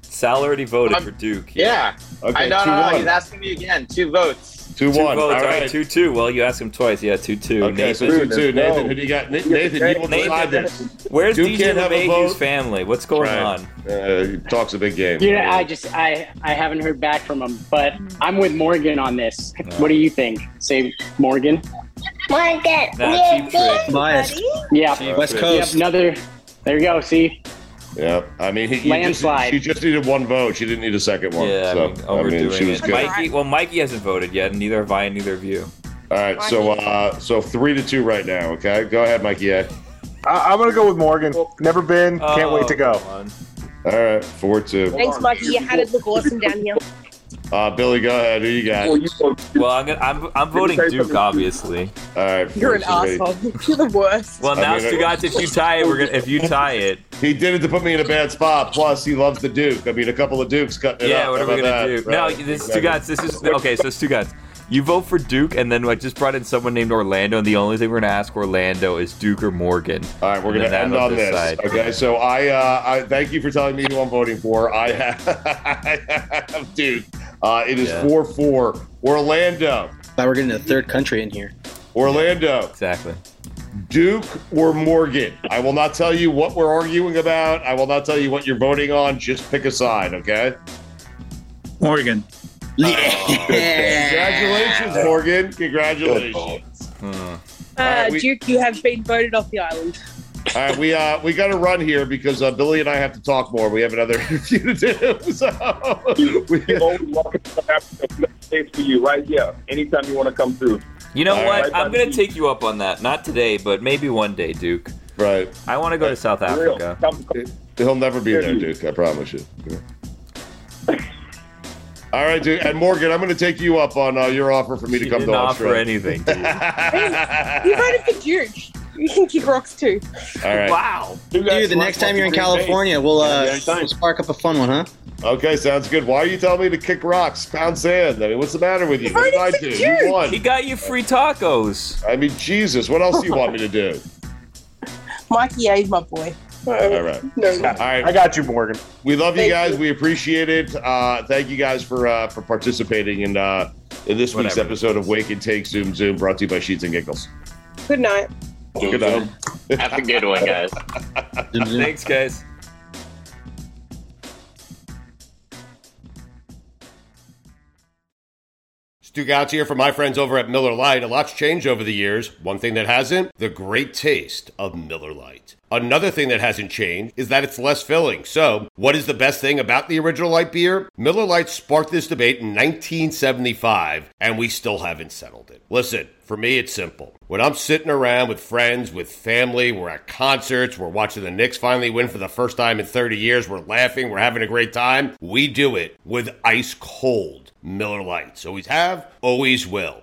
Speaker 3: Sal already voted
Speaker 18: Um,
Speaker 3: for Duke.
Speaker 18: Yeah.
Speaker 2: Okay,
Speaker 18: I don't
Speaker 2: two
Speaker 18: know.
Speaker 2: one.
Speaker 18: He's asking me again. Two votes.
Speaker 2: Two, one.
Speaker 3: votes.
Speaker 2: All
Speaker 3: All
Speaker 2: right.
Speaker 3: right. Two two. Well, you asked him twice. Yeah. Two two.
Speaker 2: Okay, so two two. Nathan, who do you got? Na- Nathan, you will decide this.
Speaker 3: Where's
Speaker 2: Duke
Speaker 3: DJ
Speaker 2: can't have a
Speaker 3: LeMahieu's
Speaker 2: vote.
Speaker 3: family? What's going
Speaker 2: Right.
Speaker 3: on?
Speaker 2: Uh, he talks a big game.
Speaker 15: Yeah, I just I I haven't heard back from him, but I'm with Morgan on this. What do you think? Say Morgan.
Speaker 1: Want to get
Speaker 3: Nah,
Speaker 1: weird with
Speaker 12: Bias.
Speaker 15: Yeah,
Speaker 2: Cheap West trick. Coast.
Speaker 15: Yep, another. There you go. See,
Speaker 2: Yeah, I mean, he, you just-
Speaker 15: Landslide.
Speaker 2: she just needed one vote. She didn't need a second one.
Speaker 3: Yeah,
Speaker 2: so,
Speaker 3: I mean, overdoing
Speaker 2: she was
Speaker 3: it.
Speaker 2: good.
Speaker 3: Mikey, well, Mikey hasn't voted yet, and neither have I, and neither of you.
Speaker 2: All right, so uh, so three to two right now. Okay, go ahead, Mikey. A.
Speaker 7: I- I'm gonna go with Morgan. Never been. Can't wait to go.
Speaker 2: All right, four two.
Speaker 19: Thanks, Mikey. You had it look awesome down here.
Speaker 2: Uh, Billy, go ahead. Who you got?
Speaker 3: Well, I'm gonna, I'm, I'm voting
Speaker 2: say
Speaker 3: Duke, uh,
Speaker 2: something?
Speaker 3: obviously.
Speaker 2: All right.
Speaker 20: You're an asshole. You're the worst.
Speaker 3: Well, now
Speaker 2: uh,
Speaker 3: Stugatz, if you tie it, we're gonna. If you tie it,
Speaker 2: he did it to put me in a bad spot. Plus, he loves the Duke. I mean, a couple of Dukes cutting it
Speaker 3: yeah,
Speaker 2: up.
Speaker 3: what are
Speaker 2: How
Speaker 3: we gonna
Speaker 2: about
Speaker 3: do?
Speaker 2: that?
Speaker 3: No,
Speaker 2: Right,
Speaker 3: this is
Speaker 2: exactly.
Speaker 3: Stugatz. This is okay. So Stugatz, you vote for Duke, and then I just brought in someone named Orlando, and the only thing we're gonna ask Orlando is Duke or Morgan. All
Speaker 2: right, We're gonna end on this. Okay, so I uh, I thank you for telling me who I'm voting for. I have, I have Duke. Uh, it is
Speaker 12: Yeah.
Speaker 2: four four. Orlando.
Speaker 12: Thought we're getting a third country in here.
Speaker 2: Orlando.
Speaker 3: exactly.
Speaker 2: Duke or Morgan. I will not tell you what we're arguing about. I will not tell you what you're voting on. Just pick a side, okay?
Speaker 6: Morgan.
Speaker 2: Uh, Congratulations, Morgan. Congratulations.
Speaker 19: Uh,
Speaker 2: right, we-
Speaker 19: Duke, you have been voted off the island.
Speaker 2: All right, we uh we got to run here because uh, Billy and I have to talk more. We have another interview to do. So we,
Speaker 17: Safe for you right here. Anytime you want to come through.
Speaker 3: You know
Speaker 17: All
Speaker 3: what?
Speaker 17: right.
Speaker 3: I'm gonna take you up on that. Not today, but maybe one day, Duke.
Speaker 2: Right.
Speaker 3: I want to go to South
Speaker 2: real.
Speaker 3: Africa.
Speaker 2: he'll never be there, Duke. I promise you. Yeah. All right, Duke and Morgan, I'm going to take you up on uh, your offer for me to come
Speaker 3: didn't
Speaker 2: to
Speaker 3: offer
Speaker 2: Australia.
Speaker 3: anything,
Speaker 2: Uh,
Speaker 20: You voted for Duke. You can kick rocks too.
Speaker 2: All right.
Speaker 3: Wow.
Speaker 12: Dude, the next time you're in California, we'll uh, we'll spark up a fun one, huh?
Speaker 2: Okay, sounds good. Why are you telling me to kick rocks, pound sand? I mean, what's the matter with you? What did I do? You won.
Speaker 3: He got you free tacos.
Speaker 2: I mean, Jesus, what else do you want me to do?
Speaker 20: Mikey A's my boy.
Speaker 2: All right.
Speaker 20: No.
Speaker 2: All right.
Speaker 7: I got you, Morgan.
Speaker 2: We love you
Speaker 20: Thank
Speaker 2: guys. We appreciate it. Uh, thank you guys for uh, for participating in uh, in this week's
Speaker 3: Whatever.
Speaker 2: episode of Wake and Take Zoom Zoom, brought to you by Sheets and Giggles.
Speaker 20: Good night.
Speaker 2: Good night.
Speaker 18: Have a good one, guys.
Speaker 3: Thanks, guys.
Speaker 21: Stu Gouts here from my friends over at Miller Lite. A lot's changed over the years. One thing that hasn't, the great taste of Miller Lite. Another thing that hasn't changed is that it's less filling. So, what is the best thing about the original light beer? Miller Lite sparked this debate in 1975, and we still haven't settled it. Listen, for me, it's simple. When I'm sitting around with friends, with family, we're at concerts, we're watching the Knicks finally win for the first time in 30 years, we're laughing, we're having a great time, we do it with ice cold. Miller Lights. Always have, always will.